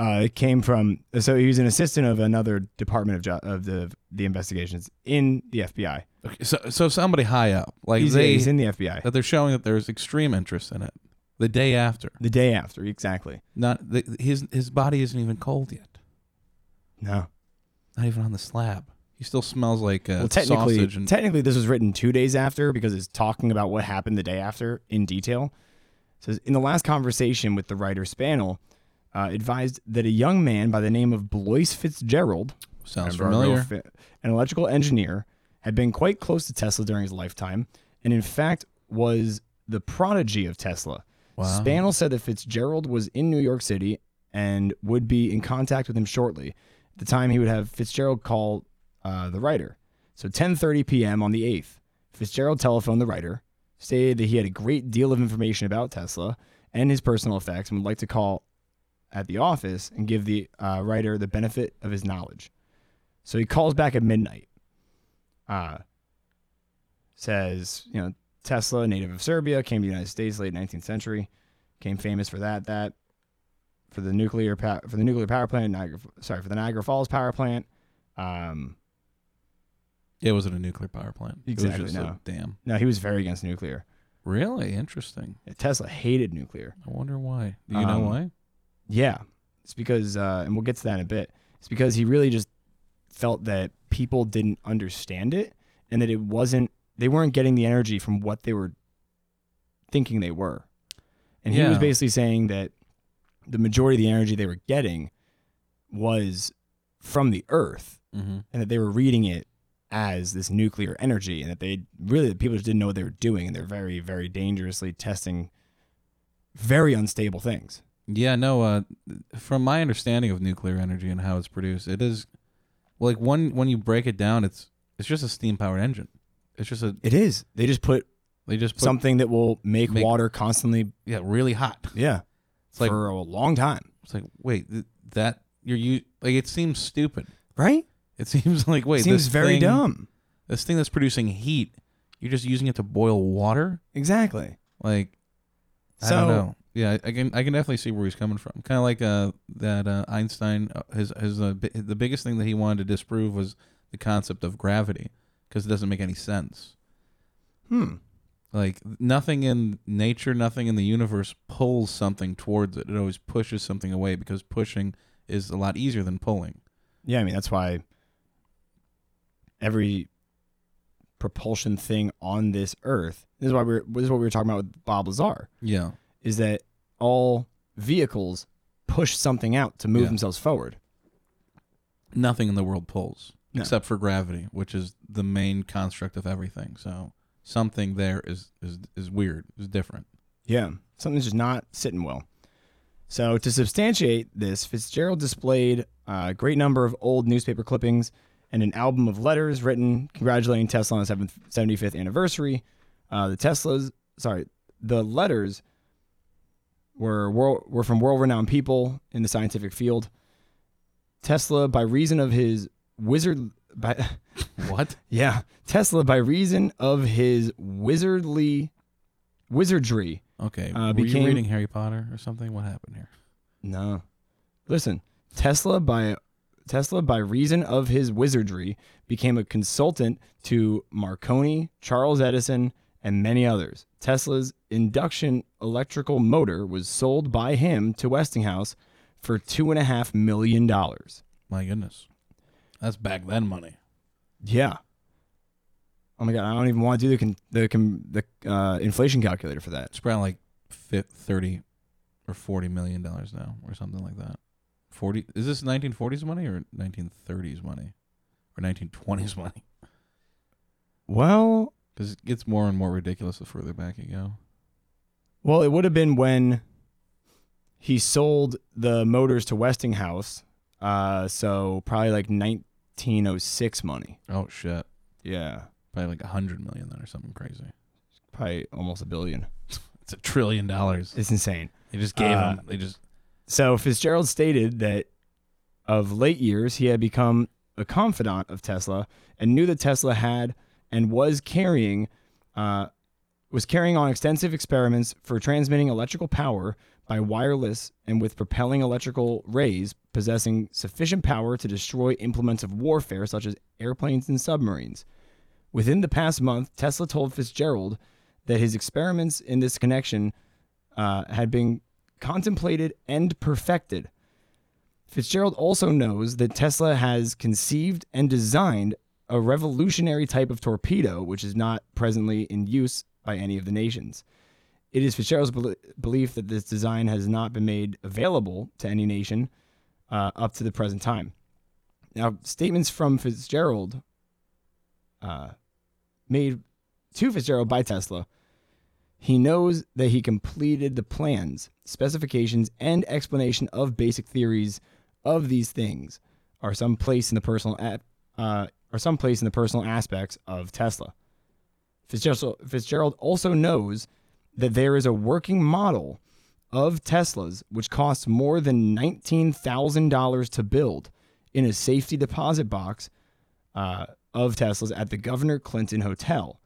Uh, it came from so he was an assistant of another department of jo- of the the investigations in the FBI. Okay, so, so somebody high up, like He's, they, he's in the FBI. that they're showing that there's extreme interest in it the day after. The day after, exactly. Not the, his his body isn't even cold yet. No. Not even on the slab. He still smells like uh, Well, technically, sausage and technically, this was written two days after because it's talking about what happened the day after in detail. It says in the last conversation with the writer Spanel, uh, advised that a young man by the name of Blois Fitzgerald, sounds remember our familiar. real fi- an electrical engineer, had been quite close to Tesla during his lifetime, and in fact was the prodigy of Tesla. Wow. Spanel said that Fitzgerald was in New York City and would be in contact with him shortly. At the time, he would have Fitzgerald call uh, the writer. So 10:30 p.m. on the 8th, Fitzgerald telephoned the writer, stated that he had a great deal of information about Tesla and his personal effects, and would like to call at the office and give the uh, writer the benefit of his knowledge. So he calls back at midnight. Uh, says, you know, Tesla, native of Serbia, came to the United States late 19th century, became famous for that, that, for the nuclear pa- for the nuclear power plant, Niagara, sorry, for the Niagara Falls power plant. Um, Yeah, it wasn't a nuclear power plant. it Exactly, was no. damn. no, he was very against nuclear. Really interesting. Tesla hated nuclear. I wonder why. Do you know Um, why? Yeah. It's because, uh, and we'll get to that in a bit. It's because he really just felt that people didn't understand it and that it wasn't, they weren't getting the energy from what they were thinking they were. And he was Yeah. basically saying that the majority of the energy they were getting was from the earth Mm-hmm. and that they were reading it as this nuclear energy and that they really the people just didn't know what they were doing and they're very very dangerously testing very unstable things Yeah, no. Uh, from my understanding of nuclear energy and how it's produced, it is like one when you break it down, it's it's just a steam powered engine. It's just a It is. They just put, they just put something that will make, Make- water constantly, yeah really hot. yeah, It's like for a long time, it's like wait th- that you're you like it seems stupid. right? It seems like wait Seems this very thing- dumb. This thing that's producing heat, you're just using it to boil water. Exactly. Like I So- don't know. Yeah, I- I can I can definitely see where he's coming from. Kind of like uh that uh, Einstein uh, his his uh, bi- the biggest thing that he wanted to disprove was the concept of gravity because it doesn't make any sense. Hmm. Like nothing in nature, nothing in the universe pulls something towards it. It always pushes something away because pushing is a lot easier than pulling. Yeah, I mean that's why every propulsion thing on this Earth. This is why we're. This is what we were talking about with Bob Lazar. Yeah. Is that all vehicles push something out to move Yeah. themselves forward? nothing in the world pulls No. except for gravity, which is the main construct of everything. So something there is is is weird, is different. Yeah, something's just not sitting well. So to substantiate this, Fitzgerald displayed a great number of old newspaper clippings and an album of letters written congratulating Tesla on his seventh- 75th anniversary. Uh, the Teslas, sorry, the letters were world, were from world-renowned people in the scientific field. Tesla, by reason of his wizard, by What? yeah, Tesla, by reason of his wizardly wizardry, Okay, Uh, were became- you reading Harry Potter or something? What happened here? No. Listen, Tesla by Tesla by reason of his wizardry became a consultant to Marconi, Charles Edison, and many others. Tesla's induction electrical motor was sold by him to Westinghouse for two and a half million dollars. My goodness, that's back then money. Yeah. Oh my god, I don't even want to do the con- the con- the uh, inflation calculator for that. It's probably like fit thirty or forty million dollars now, or something like that. Forty is this nineteen forties money or nineteen thirties money, or nineteen twenties money? Well, Because it gets more and more ridiculous the further back you go. well, it would have been when he sold the motors to Westinghouse. Uh, so probably like 1906 money. Oh shit! Yeah, Probably like a hundred million then, or something crazy. probably almost a billion. It's a trillion dollars. It's insane. They just gave Uh, him. They just So Fitzgerald stated that of late years, he had become a confidant of Tesla and knew that Tesla had and was carrying uh, was carrying on extensive experiments for transmitting electrical power by wireless and with propelling electrical rays possessing sufficient power to destroy implements of warfare such as airplanes and submarines. Within the past month, Tesla told Fitzgerald that his experiments in this connection uh, had been contemplated and perfected. Fitzgerald also knows that Tesla has conceived and designed a revolutionary type of torpedo, which is not presently in use by any of the nations. It is Fitzgerald's bel- belief that this design has not been made available to any nation uh, up to the present time. Now, statements from Fitzgerald, uh, made to Fitzgerald by Tesla, he knows that he completed the plans, specifications, and explanation of basic theories of these things are some place in the personal ap- uh, are some place in the personal aspects of Tesla. Fitzgerald, Fitzgerald also knows that there is a working model of Teslas which costs more than nineteen thousand dollars to build in a safety deposit box uh, of Teslas at the Governor Clinton Hotel.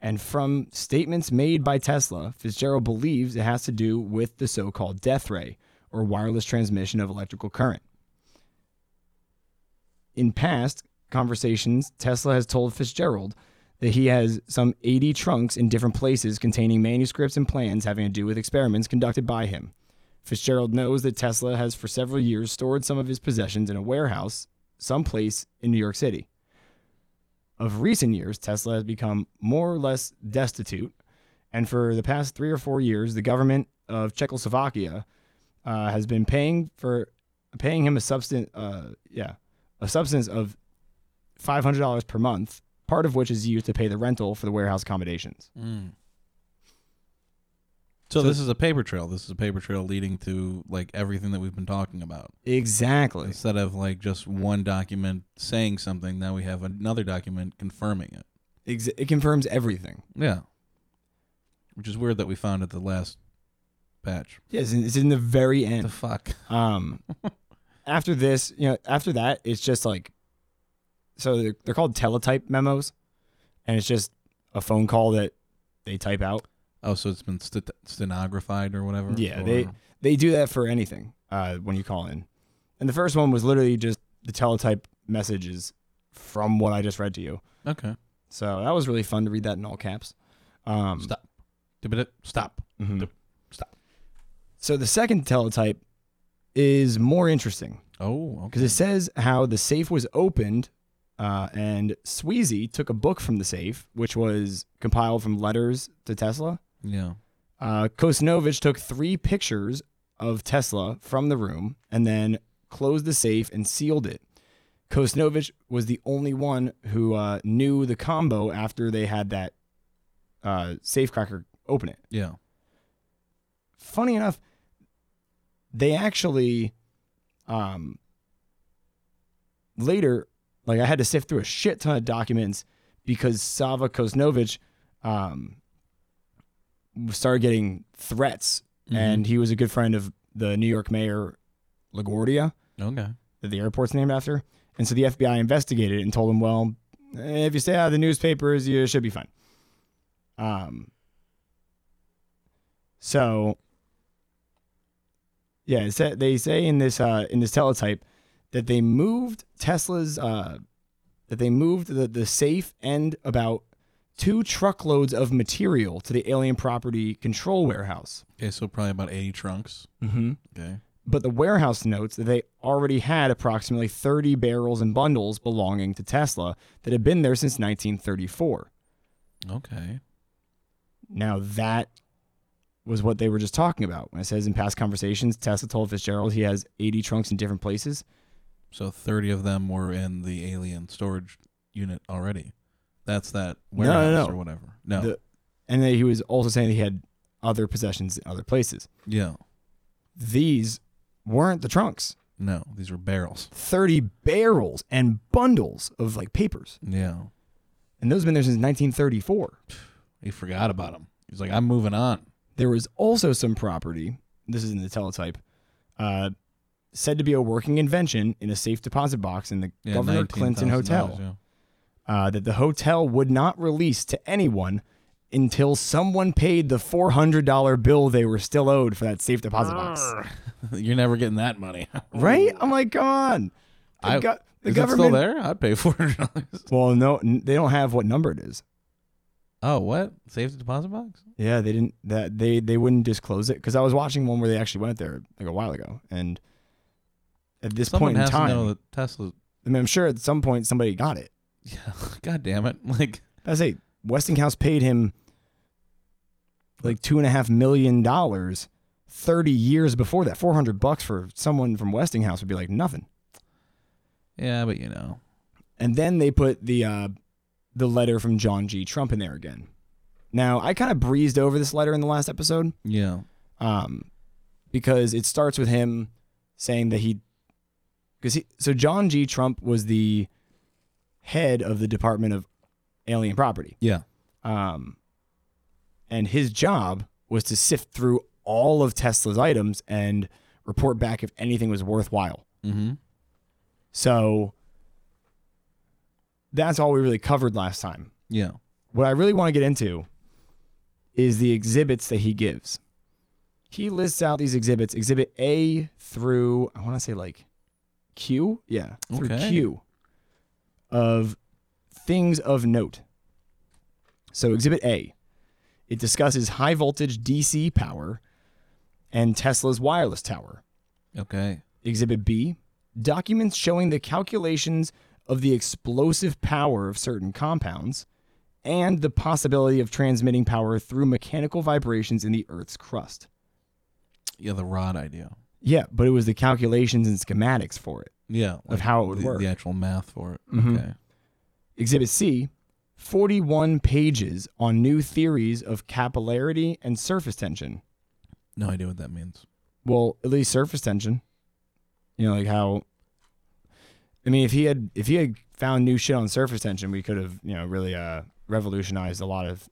And from statements made by Tesla, Fitzgerald believes it has to do with the so called death ray, or wireless transmission of electrical current. In past conversations, Tesla has told Fitzgerald that he has some 80 trunks in different places containing manuscripts and plans having to do with experiments conducted by him. Fitzgerald knows that Tesla has for several years stored some of his possessions in a warehouse someplace in New York City of recent years, Tesla has become more or less destitute. And for the past three or four years, the government of Czechoslovakia uh, has been paying for paying him a substance, uh, yeah, a substance of five hundred dollars per month, part of which is used to pay the rental for the warehouse accommodations. So, this is a paper trail. This is a paper trail leading to like everything that we've been talking about. Exactly. Instead of like just one document saying something, now we have another document confirming it. Ex- it confirms everything. Yeah. Which is weird that we found at the last batch. Yes, it's in the very end. The fuck. Um, after this, you know, after that, it's just like, so they're, they're called teletype memos, and it's just a phone call that they type out. Oh, so it's been st- stenographed or whatever. Yeah, Or- they they do that for anything uh, when you call in. And the first one was literally just the teletype messages from what I just read to you. okay. So that was really fun to read that in all caps. Um, Stop. Dip-a-dip. Stop. mhm. Yep. Stop. So the second teletype is more interesting. Oh, okay. because it says how the safe was opened uh, and Sweezy took a book from the safe, which was compiled from letters to Tesla. Yeah. Uh, Kosinovich took three pictures of Tesla from the room and then closed the safe and sealed it. Kosinovich was the only one who uh, knew the combo after they had that uh, safe cracker open it Yeah. funny enough, they actually, um, later, like I had to sift through a shit ton of documents because Sava Kosnovich, um, started getting threats, Mm-hmm. and he was a good friend of the New York mayor, LaGuardia, Okay. that the airport's named after. And so the FBI investigated it and told him, well, eh, if you stay out of the newspapers, you should be fine. Um, so, yeah, it sa- they say in this uh, in this teletype that they moved Tesla's uh, that they moved the, the safe and about two truckloads of material to the alien property control warehouse. Okay, so probably about 80 trunks. Mm-hmm Okay. but the warehouse notes that they already had approximately 30 barrels and bundles belonging to Tesla that had been there since 1934. Okay. Now that was what they were just talking about. When it says in past conversations, Tesla told Fitzgerald he has 80 trunks in different places. So 30 of them were in the alien storage unit already. That's that no, no. warehouse or whatever. No. The- And then he was also saying he had other possessions in other places. yeah. These weren't the trunks. No. These were barrels. 30 barrels and bundles of like papers. Yeah. And those have been there since 1934. He forgot about them. He's like, I'm moving on. There was also some property, this is in the teletype, uh, said to be a working invention in a safe deposit box in the Yeah, Governor Clinton $19,000, Hotel. yeah. uh, that the hotel would not release to anyone until someone paid the $400 bill they were still owed for that safe deposit box. You're never getting that money. Right? I'm like, come on. The, I- go- the Is that government. still there? I'd pay four hundred dollars. Well, no, n- they don't have what number it is. Oh, what? Save the deposit box? Yeah, they didn't. That they they wouldn't disclose it because I was watching one where they actually went there like a while ago, and at this Someone point in has time, to know that Tesla. I mean, I'm sure at some point somebody got it. Yeah. God damn it! Like, I say Westinghouse paid him like two and a half million dollars thirty years before that. Four hundred bucks for someone from Westinghouse would be like nothing. yeah, but you know, And then they put the uh, the letter from John G. Trump in there again. Now I kind of breezed over this letter in the last episode yeah, um, because it starts with him saying that he because he so John G. Trump was the head of the Department of Alien Property. yeah, Um, and his job was to sift through all of Tesla's items and report back if anything was worthwhile. mm-hmm. So that's all we really covered last time. yeah. What I really want to get into is the exhibits that he gives. He lists out these exhibits, exhibit A through, I want to say like Q. Yeah, through Okay. Q of things of note. So, exhibit A, it discusses high voltage DC power and Tesla's wireless tower. Okay. Exhibit B, documents showing the calculations of the explosive power of certain compounds and the possibility of transmitting power through mechanical vibrations in the Earth's crust. Yeah, the rod idea. Yeah, but it was the calculations and schematics for it. Yeah, like how it would the, work. The actual math for it. Mhm. Okay. Exhibit C, 41 pages on new theories of capillarity and surface tension. No idea what that means. Well, at least surface tension. You know, like how. I mean, if he had if he had found new shit on surface tension, we could have you know really uh, revolutionized a lot of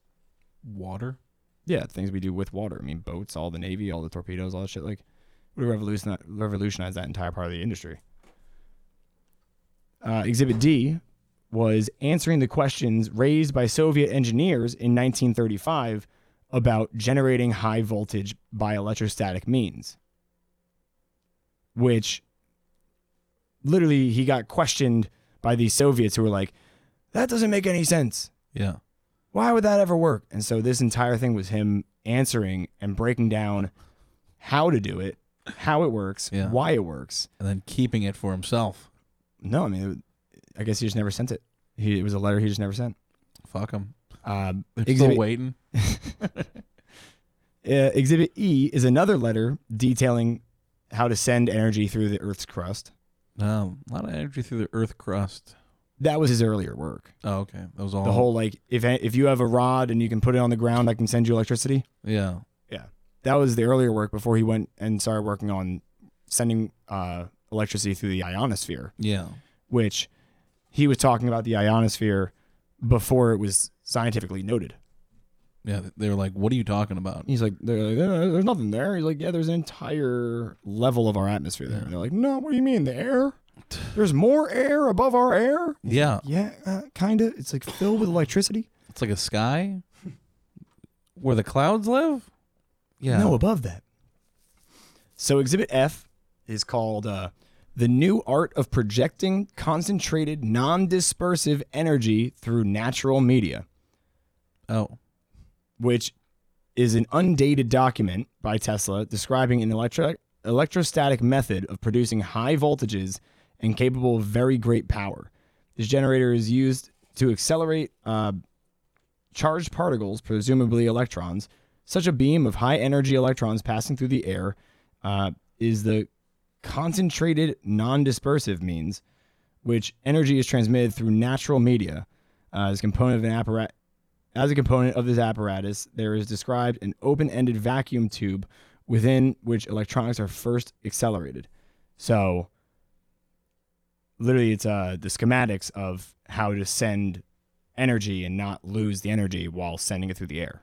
Water. yeah things we do with water. I mean, boats, all the navy, all the torpedoes, all that shit. Like, would have revolutionized revolutionized that entire part of the industry. Uh, Exhibit D was answering the questions raised by Soviet engineers in 1935 about generating high voltage by electrostatic means, which literally he got questioned by these Soviets who were like, that doesn't make any sense. Yeah. Why would that ever work? And so this entire thing was him answering and breaking down how to do it, how it works, Yeah. why it works. And then keeping it for himself. No, I mean, I guess he just never sent it. He, it was a letter he just never sent. Fuck him. Um, They're Exhibit- still waiting. uh, exhibit E is another letter detailing how to send energy through the Earth's crust. No, a lot of energy through the Earth crust. That was his earlier work. Oh, okay. That was all. The whole like, if if you have a rod and you can put it on the ground, I can send you electricity. Yeah. That was the earlier work before he went and started working on sending uh, electricity through the ionosphere, Yeah. which he was talking about the ionosphere before it was scientifically noted. Yeah. They were like, "What are you talking about?" He's like, they're like, "Uh, there's nothing there. He's like, yeah, there's an entire level of our atmosphere there. And they're like, no, what do you mean, the air? There's more air above our air? Yeah. Yeah, uh, kind of. It's like filled with electricity. It's like a sky where the clouds live. Yeah. No, above that. So Exhibit F is called uh, The New Art of Projecting Concentrated Non-Dispersive Energy Through Natural Media. Oh. which is an undated document by Tesla describing an electro- electrostatic method of producing high voltages and capable of very great power. This generator is used to accelerate uh, charged particles, presumably electrons, Such a beam of high energy electrons passing through the air uh, is the concentrated non dispersive means, which energy is transmitted through natural media. Uh, as, a component of an appara- as a component of this apparatus, there is described an open ended vacuum tube within which electronics are first accelerated. So, literally, it's uh, the schematics of how to send energy and not lose the energy while sending it through the air.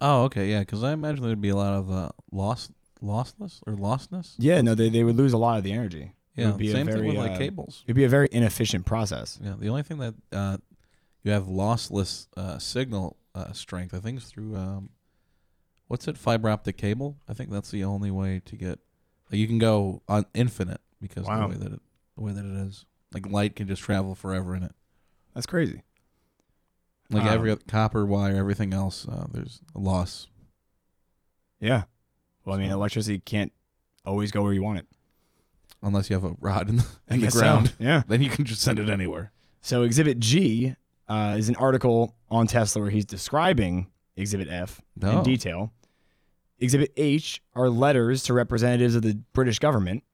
Oh, okay, yeah, because I imagine there'd be a lot of uh, loss, lossless or lostness. Yeah, no, they, they would lose a lot of the energy. it Yeah, would be same a very, thing with like uh, cables. It'd be a very inefficient process. Yeah, the only thing that uh, you have lossless uh, signal uh, strength, I think, is through um, what's it, fiber optic cable. I think that's the only way to get. Like, you can go on infinite because Wow. the way that it, the way that it is, like light can just travel forever in it. That's crazy. Like Ah. every other, copper wire, everything else, uh, there's a loss. Yeah. Well, I mean, So- electricity can't always go where you want it. Unless you have a rod in the, I in the guess so. ground, Yeah. then you can just send it anywhere. So Exhibit G uh, is an article on Tesla where he's describing Exhibit F Oh. in detail. Exhibit H are letters to representatives of the British government,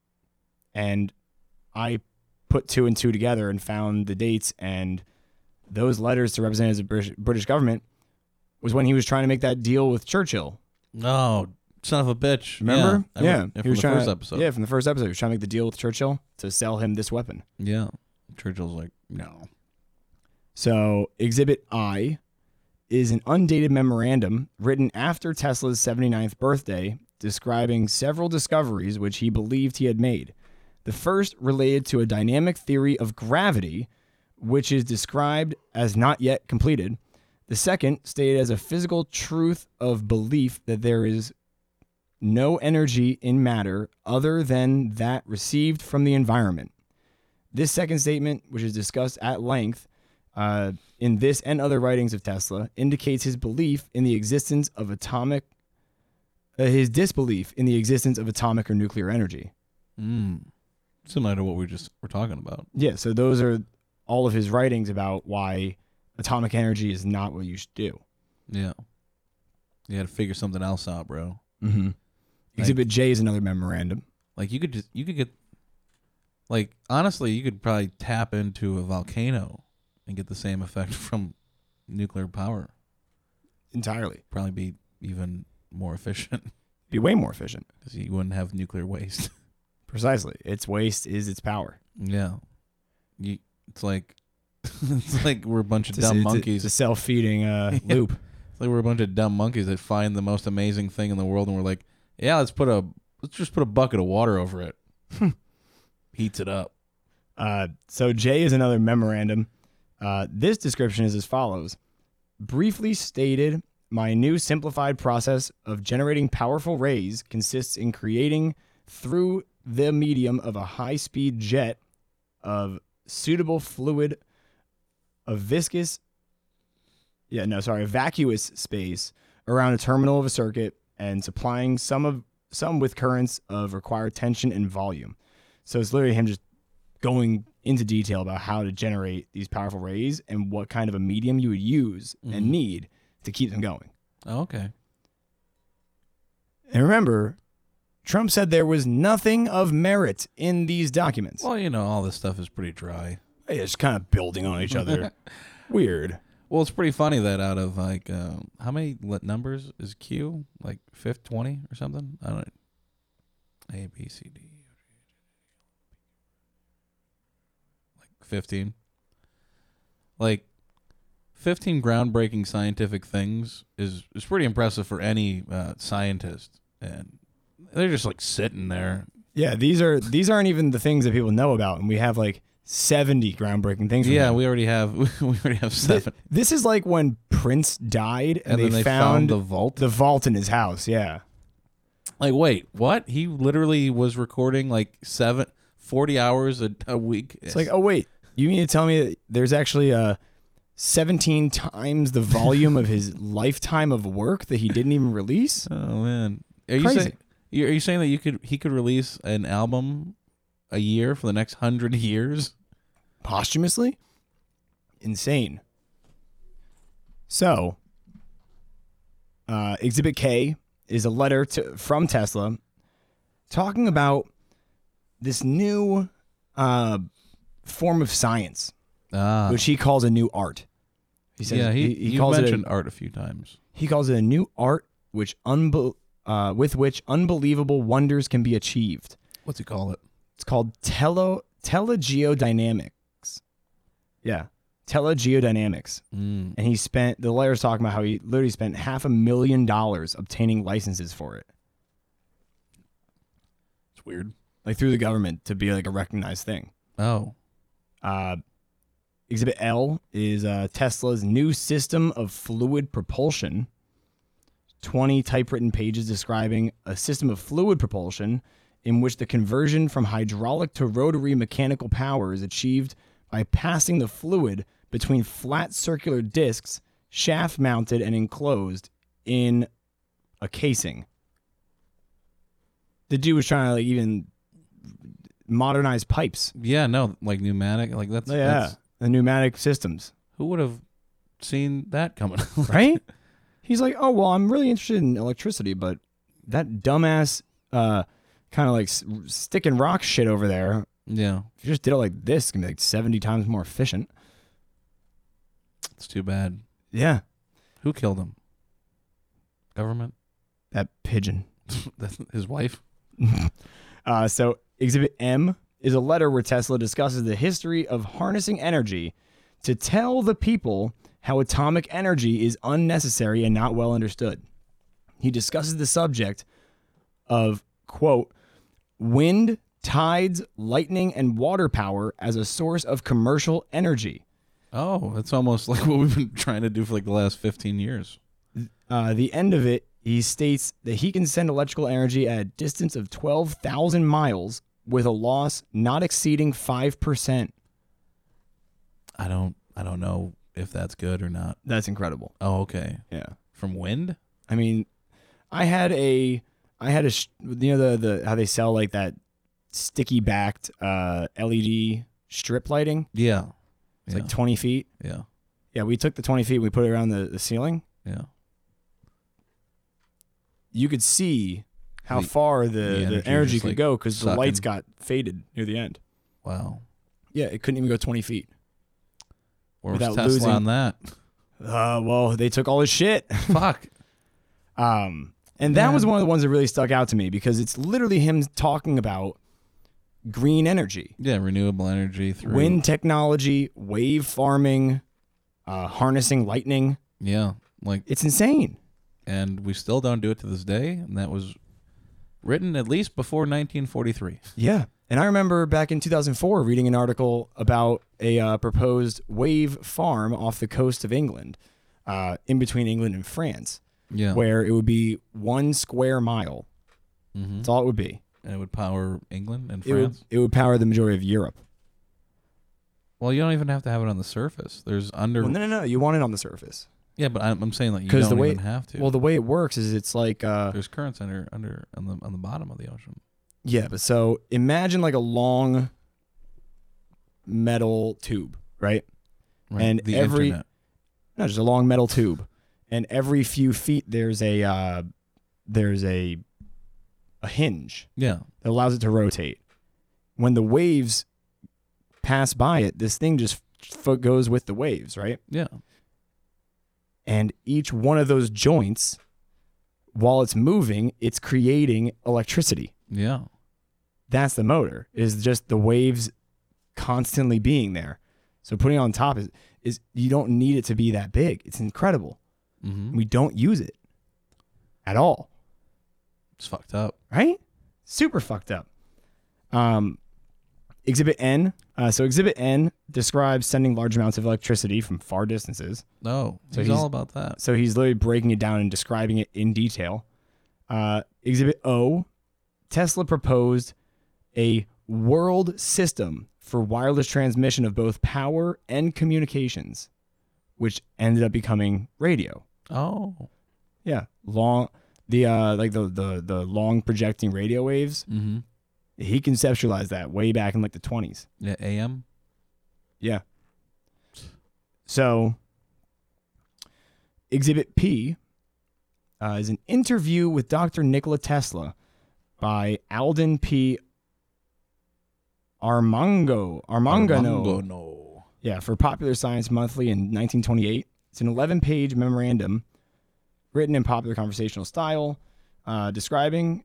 and I put two and two together and found the dates and those letters to representatives of British, British government was when he was trying to make that deal with Churchill. Oh, son of a bitch! Remember? Yeah, I re- he From was the trying first to- episode. Yeah, from the first episode, he was trying to make the deal with Churchill to sell him this weapon. yeah. Churchill's like, no. So, Exhibit I is an undated memorandum written after Tesla's 79th birthday describing several discoveries which he believed he had made. The first related to a dynamic theory of gravity, which is described as not yet completed. The second stated as a physical truth of belief that there is no energy in matter other than that received from the environment. This second statement, which is discussed at length, uh, in this and other writings of Tesla, indicates his belief in the existence of atomic, uh, his disbelief in the existence of atomic or nuclear energy. Mm. Similar to what we just were talking about. Yeah, so those are all of his writings about why atomic energy is not what you should do. Yeah. You had to figure something else out, bro. Mm-hmm. Exhibit J is another memorandum. Like you could just you could get like honestly, you could probably tap into a volcano and get the same effect from nuclear power. Entirely, Probably be even more efficient be way more efficient. because you wouldn't have nuclear waste. Precisely, its waste is its power. yeah. You it's like it's like we're a bunch of It's a- dumb it's a- monkeys. It's a self-feeding uh, Yeah. loop. It's like we're a bunch of dumb monkeys that find the most amazing thing in the world, and we're like, yeah, let's put a let's just put a bucket of water over it, heats it up. Uh, so J is another memorandum. Uh, this description is as follows: briefly stated, my new simplified process of generating powerful rays consists in creating through the medium of a high-speed jet of suitable fluid of viscous yeah no sorry a vacuous space around a terminal of a circuit and supplying some of some with currents of required tension and volume so it's literally him just going into detail about how to generate these powerful rays and what kind of a medium you would use Mhm. and need to keep them going Oh, okay. and remember trump said there was nothing of merit in these documents Well, you know, all this stuff is pretty dry. it's kind of building on each other weird Well, it's pretty funny that out of like um, how many le- numbers is Q? Like fifth twenty or something? I don't. A B C D. Like fifteen. Like fifteen groundbreaking scientific things is is pretty impressive for any uh, scientist, and they're just like sitting there. Yeah, these are these aren't even the things that people know about, and we have like seventy groundbreaking things. from Yeah, him. we already have we already have seven, this is like when Prince died and, and then they found the vault. the vault in his house. Yeah, Like, wait, what? He literally was recording like seven, 40 hours a, a week. it's like, oh wait, you mean to tell me that there's actually uh seventeen times the volume of his lifetime of work that he didn't even release? Oh, man, are you Crazy. saying you- are you saying that you could he could release an album a year for the next hundred years? posthumously? Insane. So, Uh, Exhibit K is a letter to, from Tesla talking about this new uh, form of science, Ah, which he calls a new art. He says yeah. He, he, he you calls it a mentioned art a few times. He calls it a new art which unbe- uh, with which unbelievable wonders can be achieved. What's he call it? It's called tele- telegeodynamics. Yeah, telegeodynamics. Mm. And he spent, the letter's talking about how he literally spent half a million dollars obtaining licenses for it, It's weird. like through the government to be like a recognized thing. Oh, Uh, exhibit L is uh, Tesla's new system of fluid propulsion. 20 typewritten pages describing a system of fluid propulsion in which the conversion from hydraulic to rotary mechanical power is achieved by passing the fluid between flat circular discs, shaft mounted and enclosed in a casing. The dude was trying to like even modernize pipes. yeah. No, like pneumatic. Like that's. Yeah, that's the pneumatic systems, who would have seen that coming? Like, right? He's like, oh well, I'm really interested in electricity, but that dumbass, uh, kind of like s- stick and rock shit over there. Yeah. If you just did it like this, it's gonna be like 70 times more efficient. It's too bad. Yeah, Who killed him? Government. that pigeon. That's his wife. Uh, so Exhibit M is a letter where Tesla discusses the history of harnessing energy to tell the people how atomic energy is unnecessary and not well understood. He discusses the subject of, quote, wind, tides, lightning, and water power as a source of commercial energy. Oh, that's almost like what we've been trying to do for like the last fifteen years. Uh, the end of it, he states that he can send electrical energy at a distance of 12,000 miles with a loss not exceeding 5%. I don't. I don't know if that's good or not. That's incredible. Oh, okay. Yeah. From wind. I mean, I had a, I had a, sh- you know the the how they sell like that sticky backed uh LED strip lighting. Yeah. It's yeah. like twenty feet. yeah. Yeah, we took the twenty feet and we put it around the, the ceiling. Yeah. You could see how The- far the the the energy energy, was just, could like, go because the sucking. lights got faded near the end. Wow. Yeah, it couldn't even go twenty feet. Or Without was Tesla losing- on that? Uh, well, they took all his shit. Fuck. Um, and that Yeah. was one of the ones that really stuck out to me because it's literally him talking about green energy. Yeah, renewable energy through wind technology, wave farming, uh, harnessing lightning. Yeah, like, It's insane. and we still don't do it to this day. And that was written at least before 1943. Yeah. And I remember back in 2004 reading an article about a uh, proposed wave farm off the coast of England, uh, in between England and France, Yeah, where it would be one square mile. hmm That's all it would be. and it would power England and It would, France. it would power the majority of Europe. Well, you don't even have to have it on the surface. There's under. Well, no, no, no. You want it on the surface. yeah, but I'm, I'm saying like you 'Cause the don't way- even have to. Well, the way it works is it's like uh, there's currents under under on the on the bottom of the ocean. Yeah, but so imagine like a long metal tube, right? Right. And the every- internet. No, just a long metal tube, and every few feet there's a uh, there's a a hinge Yeah, that allows it to rotate. When the waves pass by it, this thing just f- goes with the waves, right? yeah, And each one of those joints, while it's moving, it's creating electricity. yeah. that's the motor is just the waves constantly being there so putting it on top is is you don't need it to be that big it's incredible Mm-hmm. we don't use it at all It's fucked up. right super fucked up um exhibit n uh, so exhibit n describes sending large amounts of electricity from far distances No, So he's he's- all about that. so he's literally breaking it down and describing it in detail. Uh, exhibit O Tesla proposed a world system for wireless transmission of both power and communications, which ended up becoming radio. Oh, Yeah. Long. The uh, like the, the the long projecting radio waves, mm-hmm. he conceptualized that way back in like the twenties. yeah, AM. Yeah. So, Exhibit P uh, is an interview with Dr. Nikola Tesla by Alden P. Armango. Armangano. Armangano. Yeah, for Popular Science Monthly in 1928. It's an 11 page memorandum written in popular conversational style uh, describing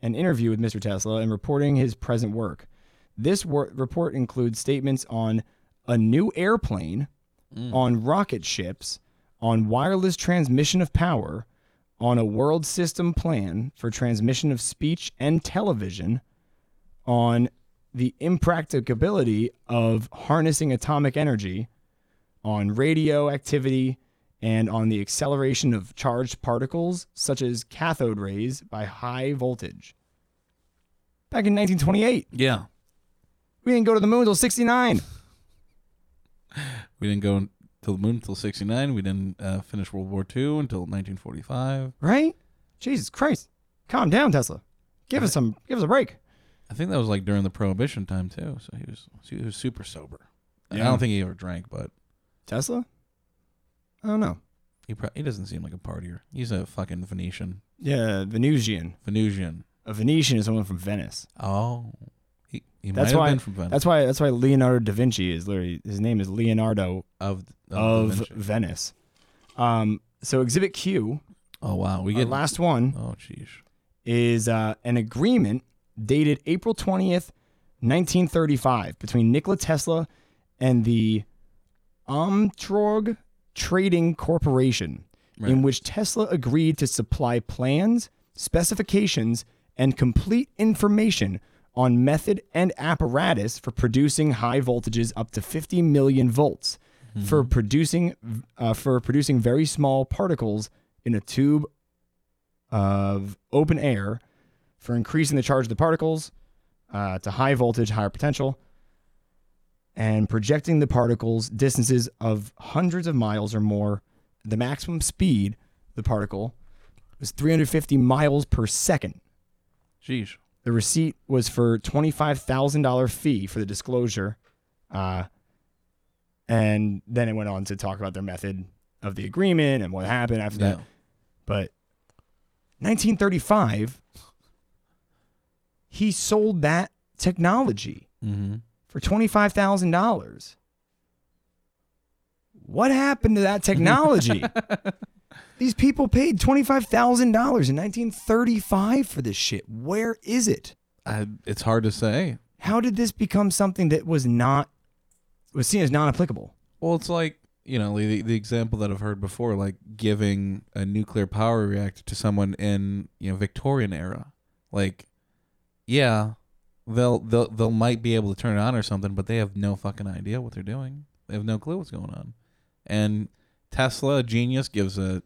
an interview with Mr. Tesla and reporting his present work. This wor- report includes statements on a new airplane, on rocket ships, on wireless transmission of power, on a world system plan for transmission of speech and television, on the impracticability of harnessing atomic energy, on radio activity, and on the acceleration of charged particles, such as cathode rays, by high voltage. Back in 1928, Yeah. we didn't go to the moon until 69. We didn't go to the moon until 69. We didn't uh, finish World War II until 1945. Right? Jesus Christ. Calm down, Tesla. Give us some give us a break. I think that was like during the Prohibition time too. So he was he was super sober. And I Yeah. don't think he ever drank, but Tesla? I don't know. he pro- he doesn't seem like a partier. He's a fucking Venetian, Yeah, Venusian. Venusian. A Venetian is someone from Venice. Oh, he, he might That's have why- been from Venice. That's why that's why Leonardo da Vinci is literally his name is Leonardo of of of Venetian. Venice. Um so exhibit Q, Oh wow, we our get last one Oh jeez, is uh, an agreement dated April 20th, 1935 between Nikola Tesla and the Amtrog Trading Corporation, in Right. which Tesla agreed to supply plans, specifications, and complete information on method and apparatus for producing high voltages up to 50 million volts, for producing uh, for producing very small particles in a tube of open air, for increasing the charge of the particles uh, to high voltage, higher potential, and projecting the particles distances of hundreds of miles or more. The maximum speed of the particle was 350 miles per second. jeez. The receipt was for $25,000 fee for the disclosure. Uh, and then it went on to talk about their method of the agreement and what happened after that. Yeah. But 1935, he sold that technology Mm-hmm. for $25,000. What happened to that technology? These people paid $25,000 in 1935 for this shit. Where is it? I, it's hard to say. How did this become something that was not was seen as non-applicable? Well, it's like you know the the example that I've heard before, like giving a nuclear power reactor to someone in you know Victorian era, like yeah, they'll they'll they'll might be able to turn it on or something, but they have no fucking idea what they're doing. They have no clue what's going on. And Tesla, a genius, gives a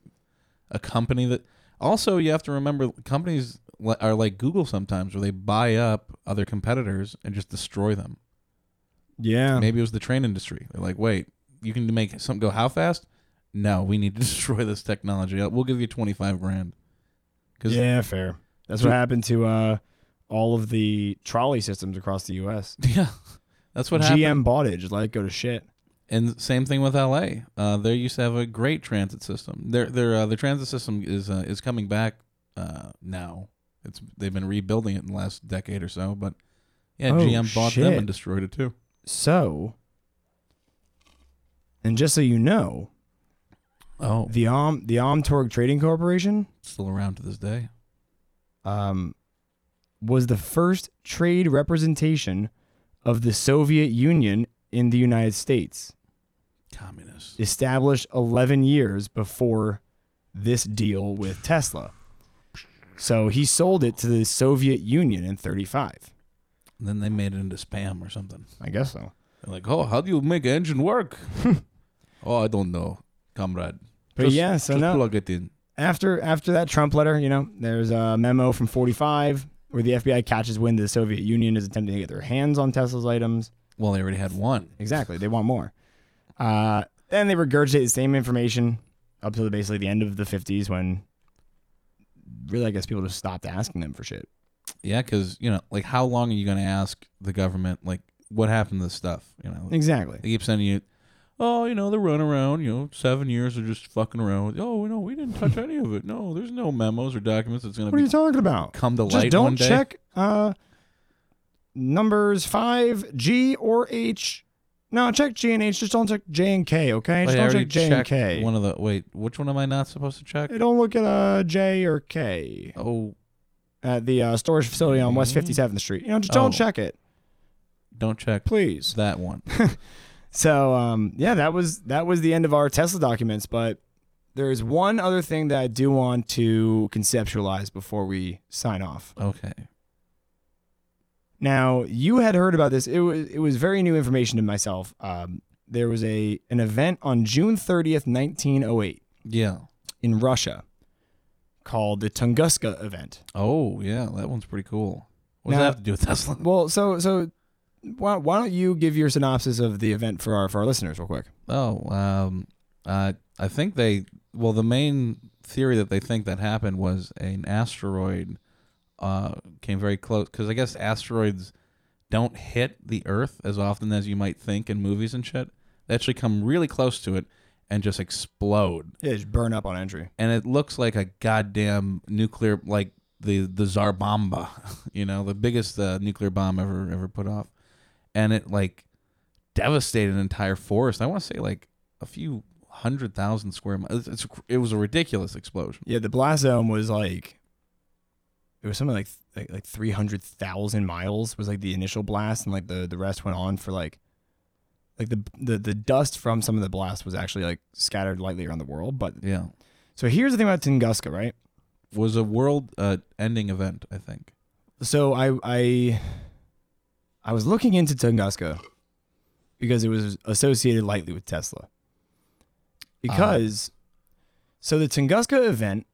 a company that also you have to remember companies li- are like Google sometimes where they buy up other competitors and just destroy them. Yeah. Maybe it was the train industry. They're like, wait, you can make something go how fast? No, we need to destroy this technology. We'll give you twenty five grand. Because Yeah, fair. That's what happened to uh, all of the trolley systems across the US. that's what GM happened. bought it, just let it go to shit. And same thing with LA. Uh, they used to have a great transit system. Their their uh, the transit system is uh, is coming back uh, now. It's they've been rebuilding it in the last decade or so. But yeah, Oh, GM bought them shit. and destroyed it too. So, and just so you know, Oh, the Om the Omtorg Trading Corporation still around to this day. um, was the first trade representation of the Soviet Union in the United States, Communists. established 11 years before this deal with Tesla. So he sold it to the Soviet Union in 35. And then they made it into spam or something. I guess so. They're like, oh, how do you make an engine work? oh, I don't know, comrade. But Just- yeah, so just now plug it in. after after that Trump letter, you know, there's a memo from 45 where the FBI catches wind that the Soviet Union is attempting to get their hands on Tesla's items. Well, they already had one. Exactly, they want more. Uh, then they regurgitate the same information up to the, basically the end of the 50s when really I guess people just stopped asking them for shit. Yeah, because you know, like, how long are you going to ask the government, like, what happened to this stuff? You know, Exactly. they keep sending you, oh, you know, the runaround, you know, seven years of just fucking around. Oh, no, we didn't touch any of it. No, there's no memos or documents that's going to What are you be talking about? come to Just light don't one day. check uh, numbers five, G or H. No, check G and H. Just don't check J and K. Okay, Wait, just Oh, I don't already check J and checked K. One of the wait, which one am I not supposed to check? Hey, Don't look at uh, J or K Oh, at the uh, storage facility on West Mhm. 57th Street. You know, just don't Oh. check it, don't check please. that one. So um, yeah, that was that was the end of our Tesla documents. But there is one other thing that I do want to conceptualize before we sign off. Okay. Now you had heard about this. It was it was very new information to myself. Um, there was a an event on June 30th, 1908, Yeah. in Russia, called the Tunguska event. Oh, yeah, that one's pretty cool. What does Now- that have to do with Tesla? Well, so so why, why don't you give your synopsis of the event for our for our listeners real quick? Oh, um, uh, I think they. Well, the main theory that they think that happened was an asteroid uh, came very close because I guess asteroids don't hit the Earth as often as you might think in movies and shit. They actually come really close to it and just explode, Yeah, just burn up on entry. and it looks like a goddamn nuclear, like the the Tsar bomba, you know, the biggest uh, nuclear bomb ever ever put off, and it like devastated an entire forest. I want to say like a few hundred thousand square miles. It's, it's- it was a ridiculous explosion. Yeah, the blast zone was like it was something like like, like three hundred thousand miles was like the initial blast, and like the the rest went on for like like the the the dust from some of the blast was actually like scattered lightly around the world. But Yeah, so here's the thing about Tunguska, right? was a world uh, ending event. I think. So I I I was looking into Tunguska because it was associated lightly with Tesla. Because so the Tunguska event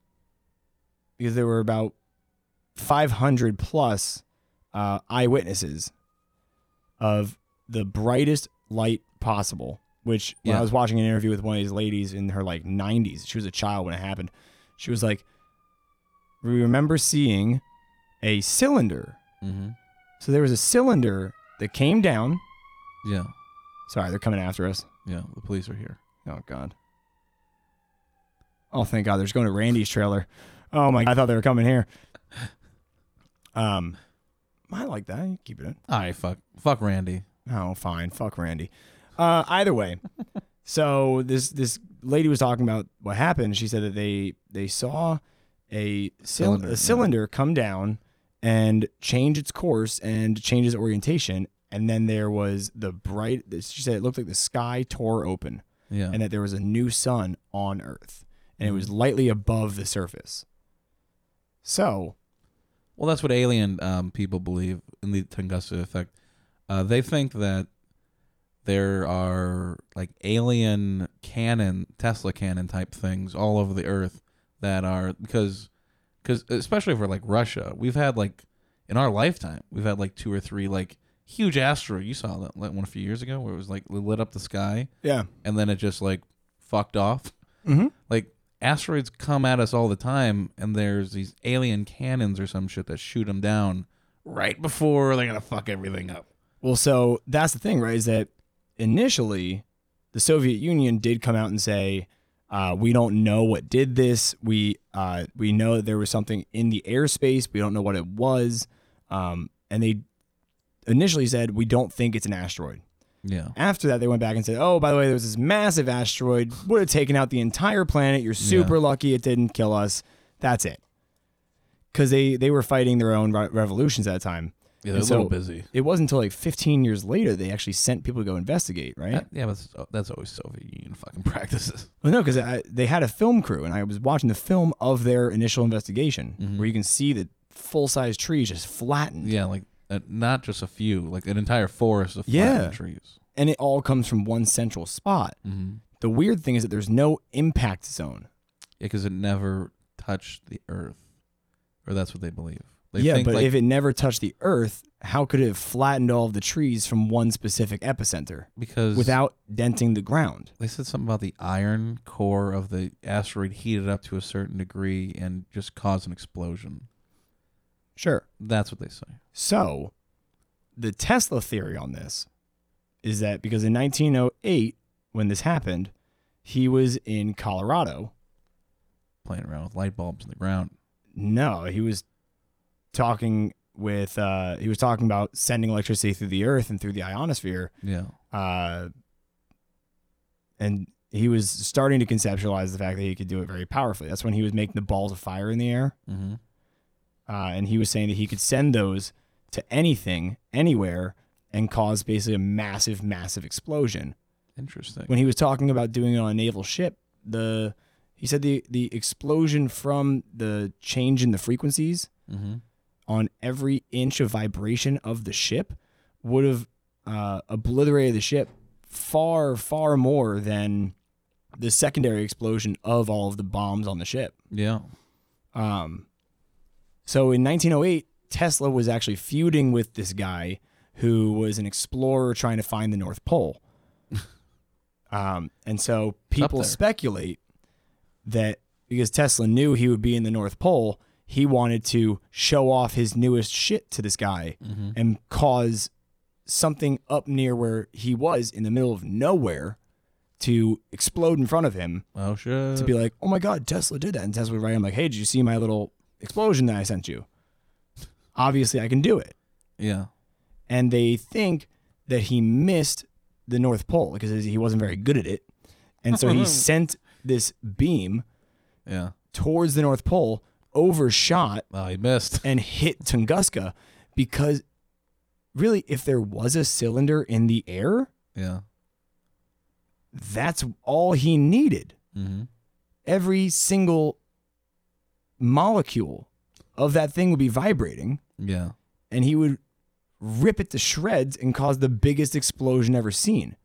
because there were about 500 plus uh, eyewitnesses of the brightest light possible. Which when I Yeah. was watching an interview with one of these ladies in her like 90s, she was a child when it happened. She was like, "We remember seeing a cylinder. Mm-hmm. So there was a cylinder that came down. Yeah, Sorry, they're coming after us. yeah. The police are here. Oh God. Oh thank God, they're just going to Randy's trailer. Oh my! I thought they were coming here. Um, I like that. You keep it in. All right, fuck, fuck Randy. Oh, fine. Fuck Randy. Uh, either way, so this this lady was talking about what happened. She said that they they saw a cylinder, Cylinder, a yeah. cylinder come down and change its course and change its orientation, and then there was the bright. She said it looked like the sky tore open, Yeah, and that there was a new sun on Earth, and it was Mm. lightly above the surface. So Well, that's what alien um, people believe in the Tunguska effect. Uh, they think that there are like alien cannon, Tesla cannon type things all over the Earth that are because, because especially for like Russia, we've had like in our lifetime we've had like two or three like huge asteroid. You saw that like, one a few years ago where it was like lit up the sky yeah, and then it just like fucked off mm-hmm. like asteroids come at us all the time and there's these alien cannons or some shit that shoot them down right before they're gonna fuck everything up Well, so that's the thing, right? Is that initially the Soviet Union did come out and say, uh, "We don't know what did this. We uh, we know that there was something in the airspace. We don't know what it was." Um, and they initially said, "We don't think it's an asteroid." yeah After that, they went back and said, "Oh, by the way, there was this massive asteroid. Would have taken out the entire planet. You're super lucky it didn't kill us. That's it." Because they they were fighting their own re- revolutions at that time yeah they're a little busy it wasn't until like 15 years later they actually sent people to go investigate, right? yeah but that's, that's always soviet union fucking practices well, no, because they had a film crew, and I was watching the film of their initial investigation, where you can see the full size trees just flattened, Mm-hmm. yeah like uh, not just a few like an entire forest of Yeah. flattened trees and it all comes from one central spot. mm-hmm. The weird thing is that there's no impact zone. yeah because it never touched the earth or that's what they believe they yeah, think but like if it never touched the Earth, how could it have flattened all of the trees from one specific epicenter because without denting the ground? they said something about the iron core of the asteroid heated up to a certain degree and just caused an explosion Sure. that's what they say So, the Tesla theory on this is that because in 1908, when this happened, he was in Colorado. playing around with light bulbs in the ground. No, he was talking with uh, he was talking about sending electricity through the Earth and through the ionosphere, Yeah. uh, and he was starting to conceptualize the fact that he could do it very powerfully. That's when he was making the balls of fire in the air, Mm-hmm. uh, and he was saying that he could send those to anything, anywhere, and cause basically a massive, massive explosion. Interesting. when he was talking about doing it on a naval ship, the he said the the explosion from the change in the frequencies Mm-hmm. on every inch of vibration of the ship would have uh, obliterated the ship far far more than the secondary explosion of all of the bombs on the ship. Yeah. Um, so in 1908, Tesla was actually feuding with this guy who was an explorer trying to find the North Pole. um, and so people there. speculate that because Tesla knew he would be in the North Pole, he wanted to show off his newest shit to this guy Mm-hmm. and cause something up near where he was in the middle of nowhere to explode in front of him Oh shit. to be like, oh my god, Tesla did that, and Tesla would write, I'm like, hey, did you see my little explosion that I sent you? Obviously, I can do it. yeah. And they think that he missed the North Pole because he wasn't very good at it, and so he sent this beam Yeah. towards the North Pole, overshot, Wow, he missed. and hit Tunguska, because really, if there was a cylinder in the air, Yeah. that's all he needed. Mm-hmm. every single molecule of that thing would be vibrating Yeah. and he would rip it to shreds and cause the biggest explosion ever seen.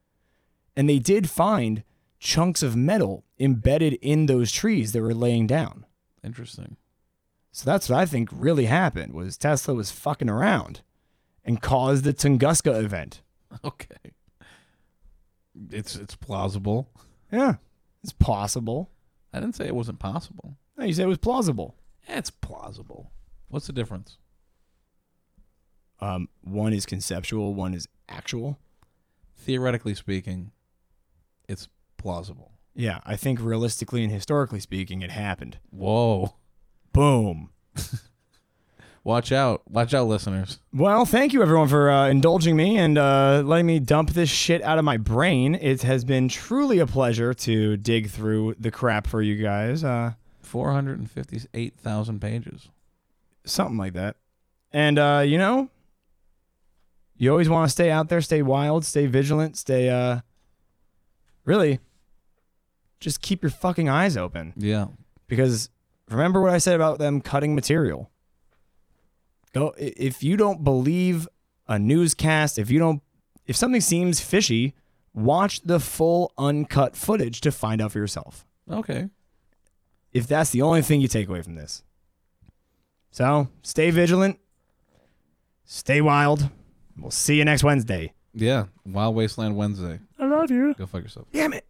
And they did find chunks of metal embedded in those trees that were laying down. Interesting. So that's what I think really happened was Tesla was fucking around and caused the Tunguska event. Okay. It's it's plausible. Yeah. It's possible. I didn't say it wasn't possible. No, You said it was plausible. It's plausible. What's the difference? Um, one is conceptual, one is actual. Theoretically speaking, it's plausible. Yeah, I think realistically and historically speaking, it happened. Whoa. Boom. Watch out. Watch out, listeners. Well, thank you everyone for uh, indulging me and uh, letting me dump this shit out of my brain. It has been truly a pleasure to dig through the crap for you guys. Uh, 458,000 pages. something like that. And, uh, you know, you always want to stay out there, stay wild, stay vigilant, stay, uh, really, just keep your fucking eyes open. Yeah. because remember what I said about them cutting material. Go i- if you don't believe a newscast, if you don't if something seems fishy, watch the full uncut footage to find out for yourself. Okay. If that's the only thing you take away from this. So, stay vigilant. Stay wild. We'll see you next Wednesday. Yeah. Wild Wasteland Wednesday. I love you. Go fuck yourself. Damn it.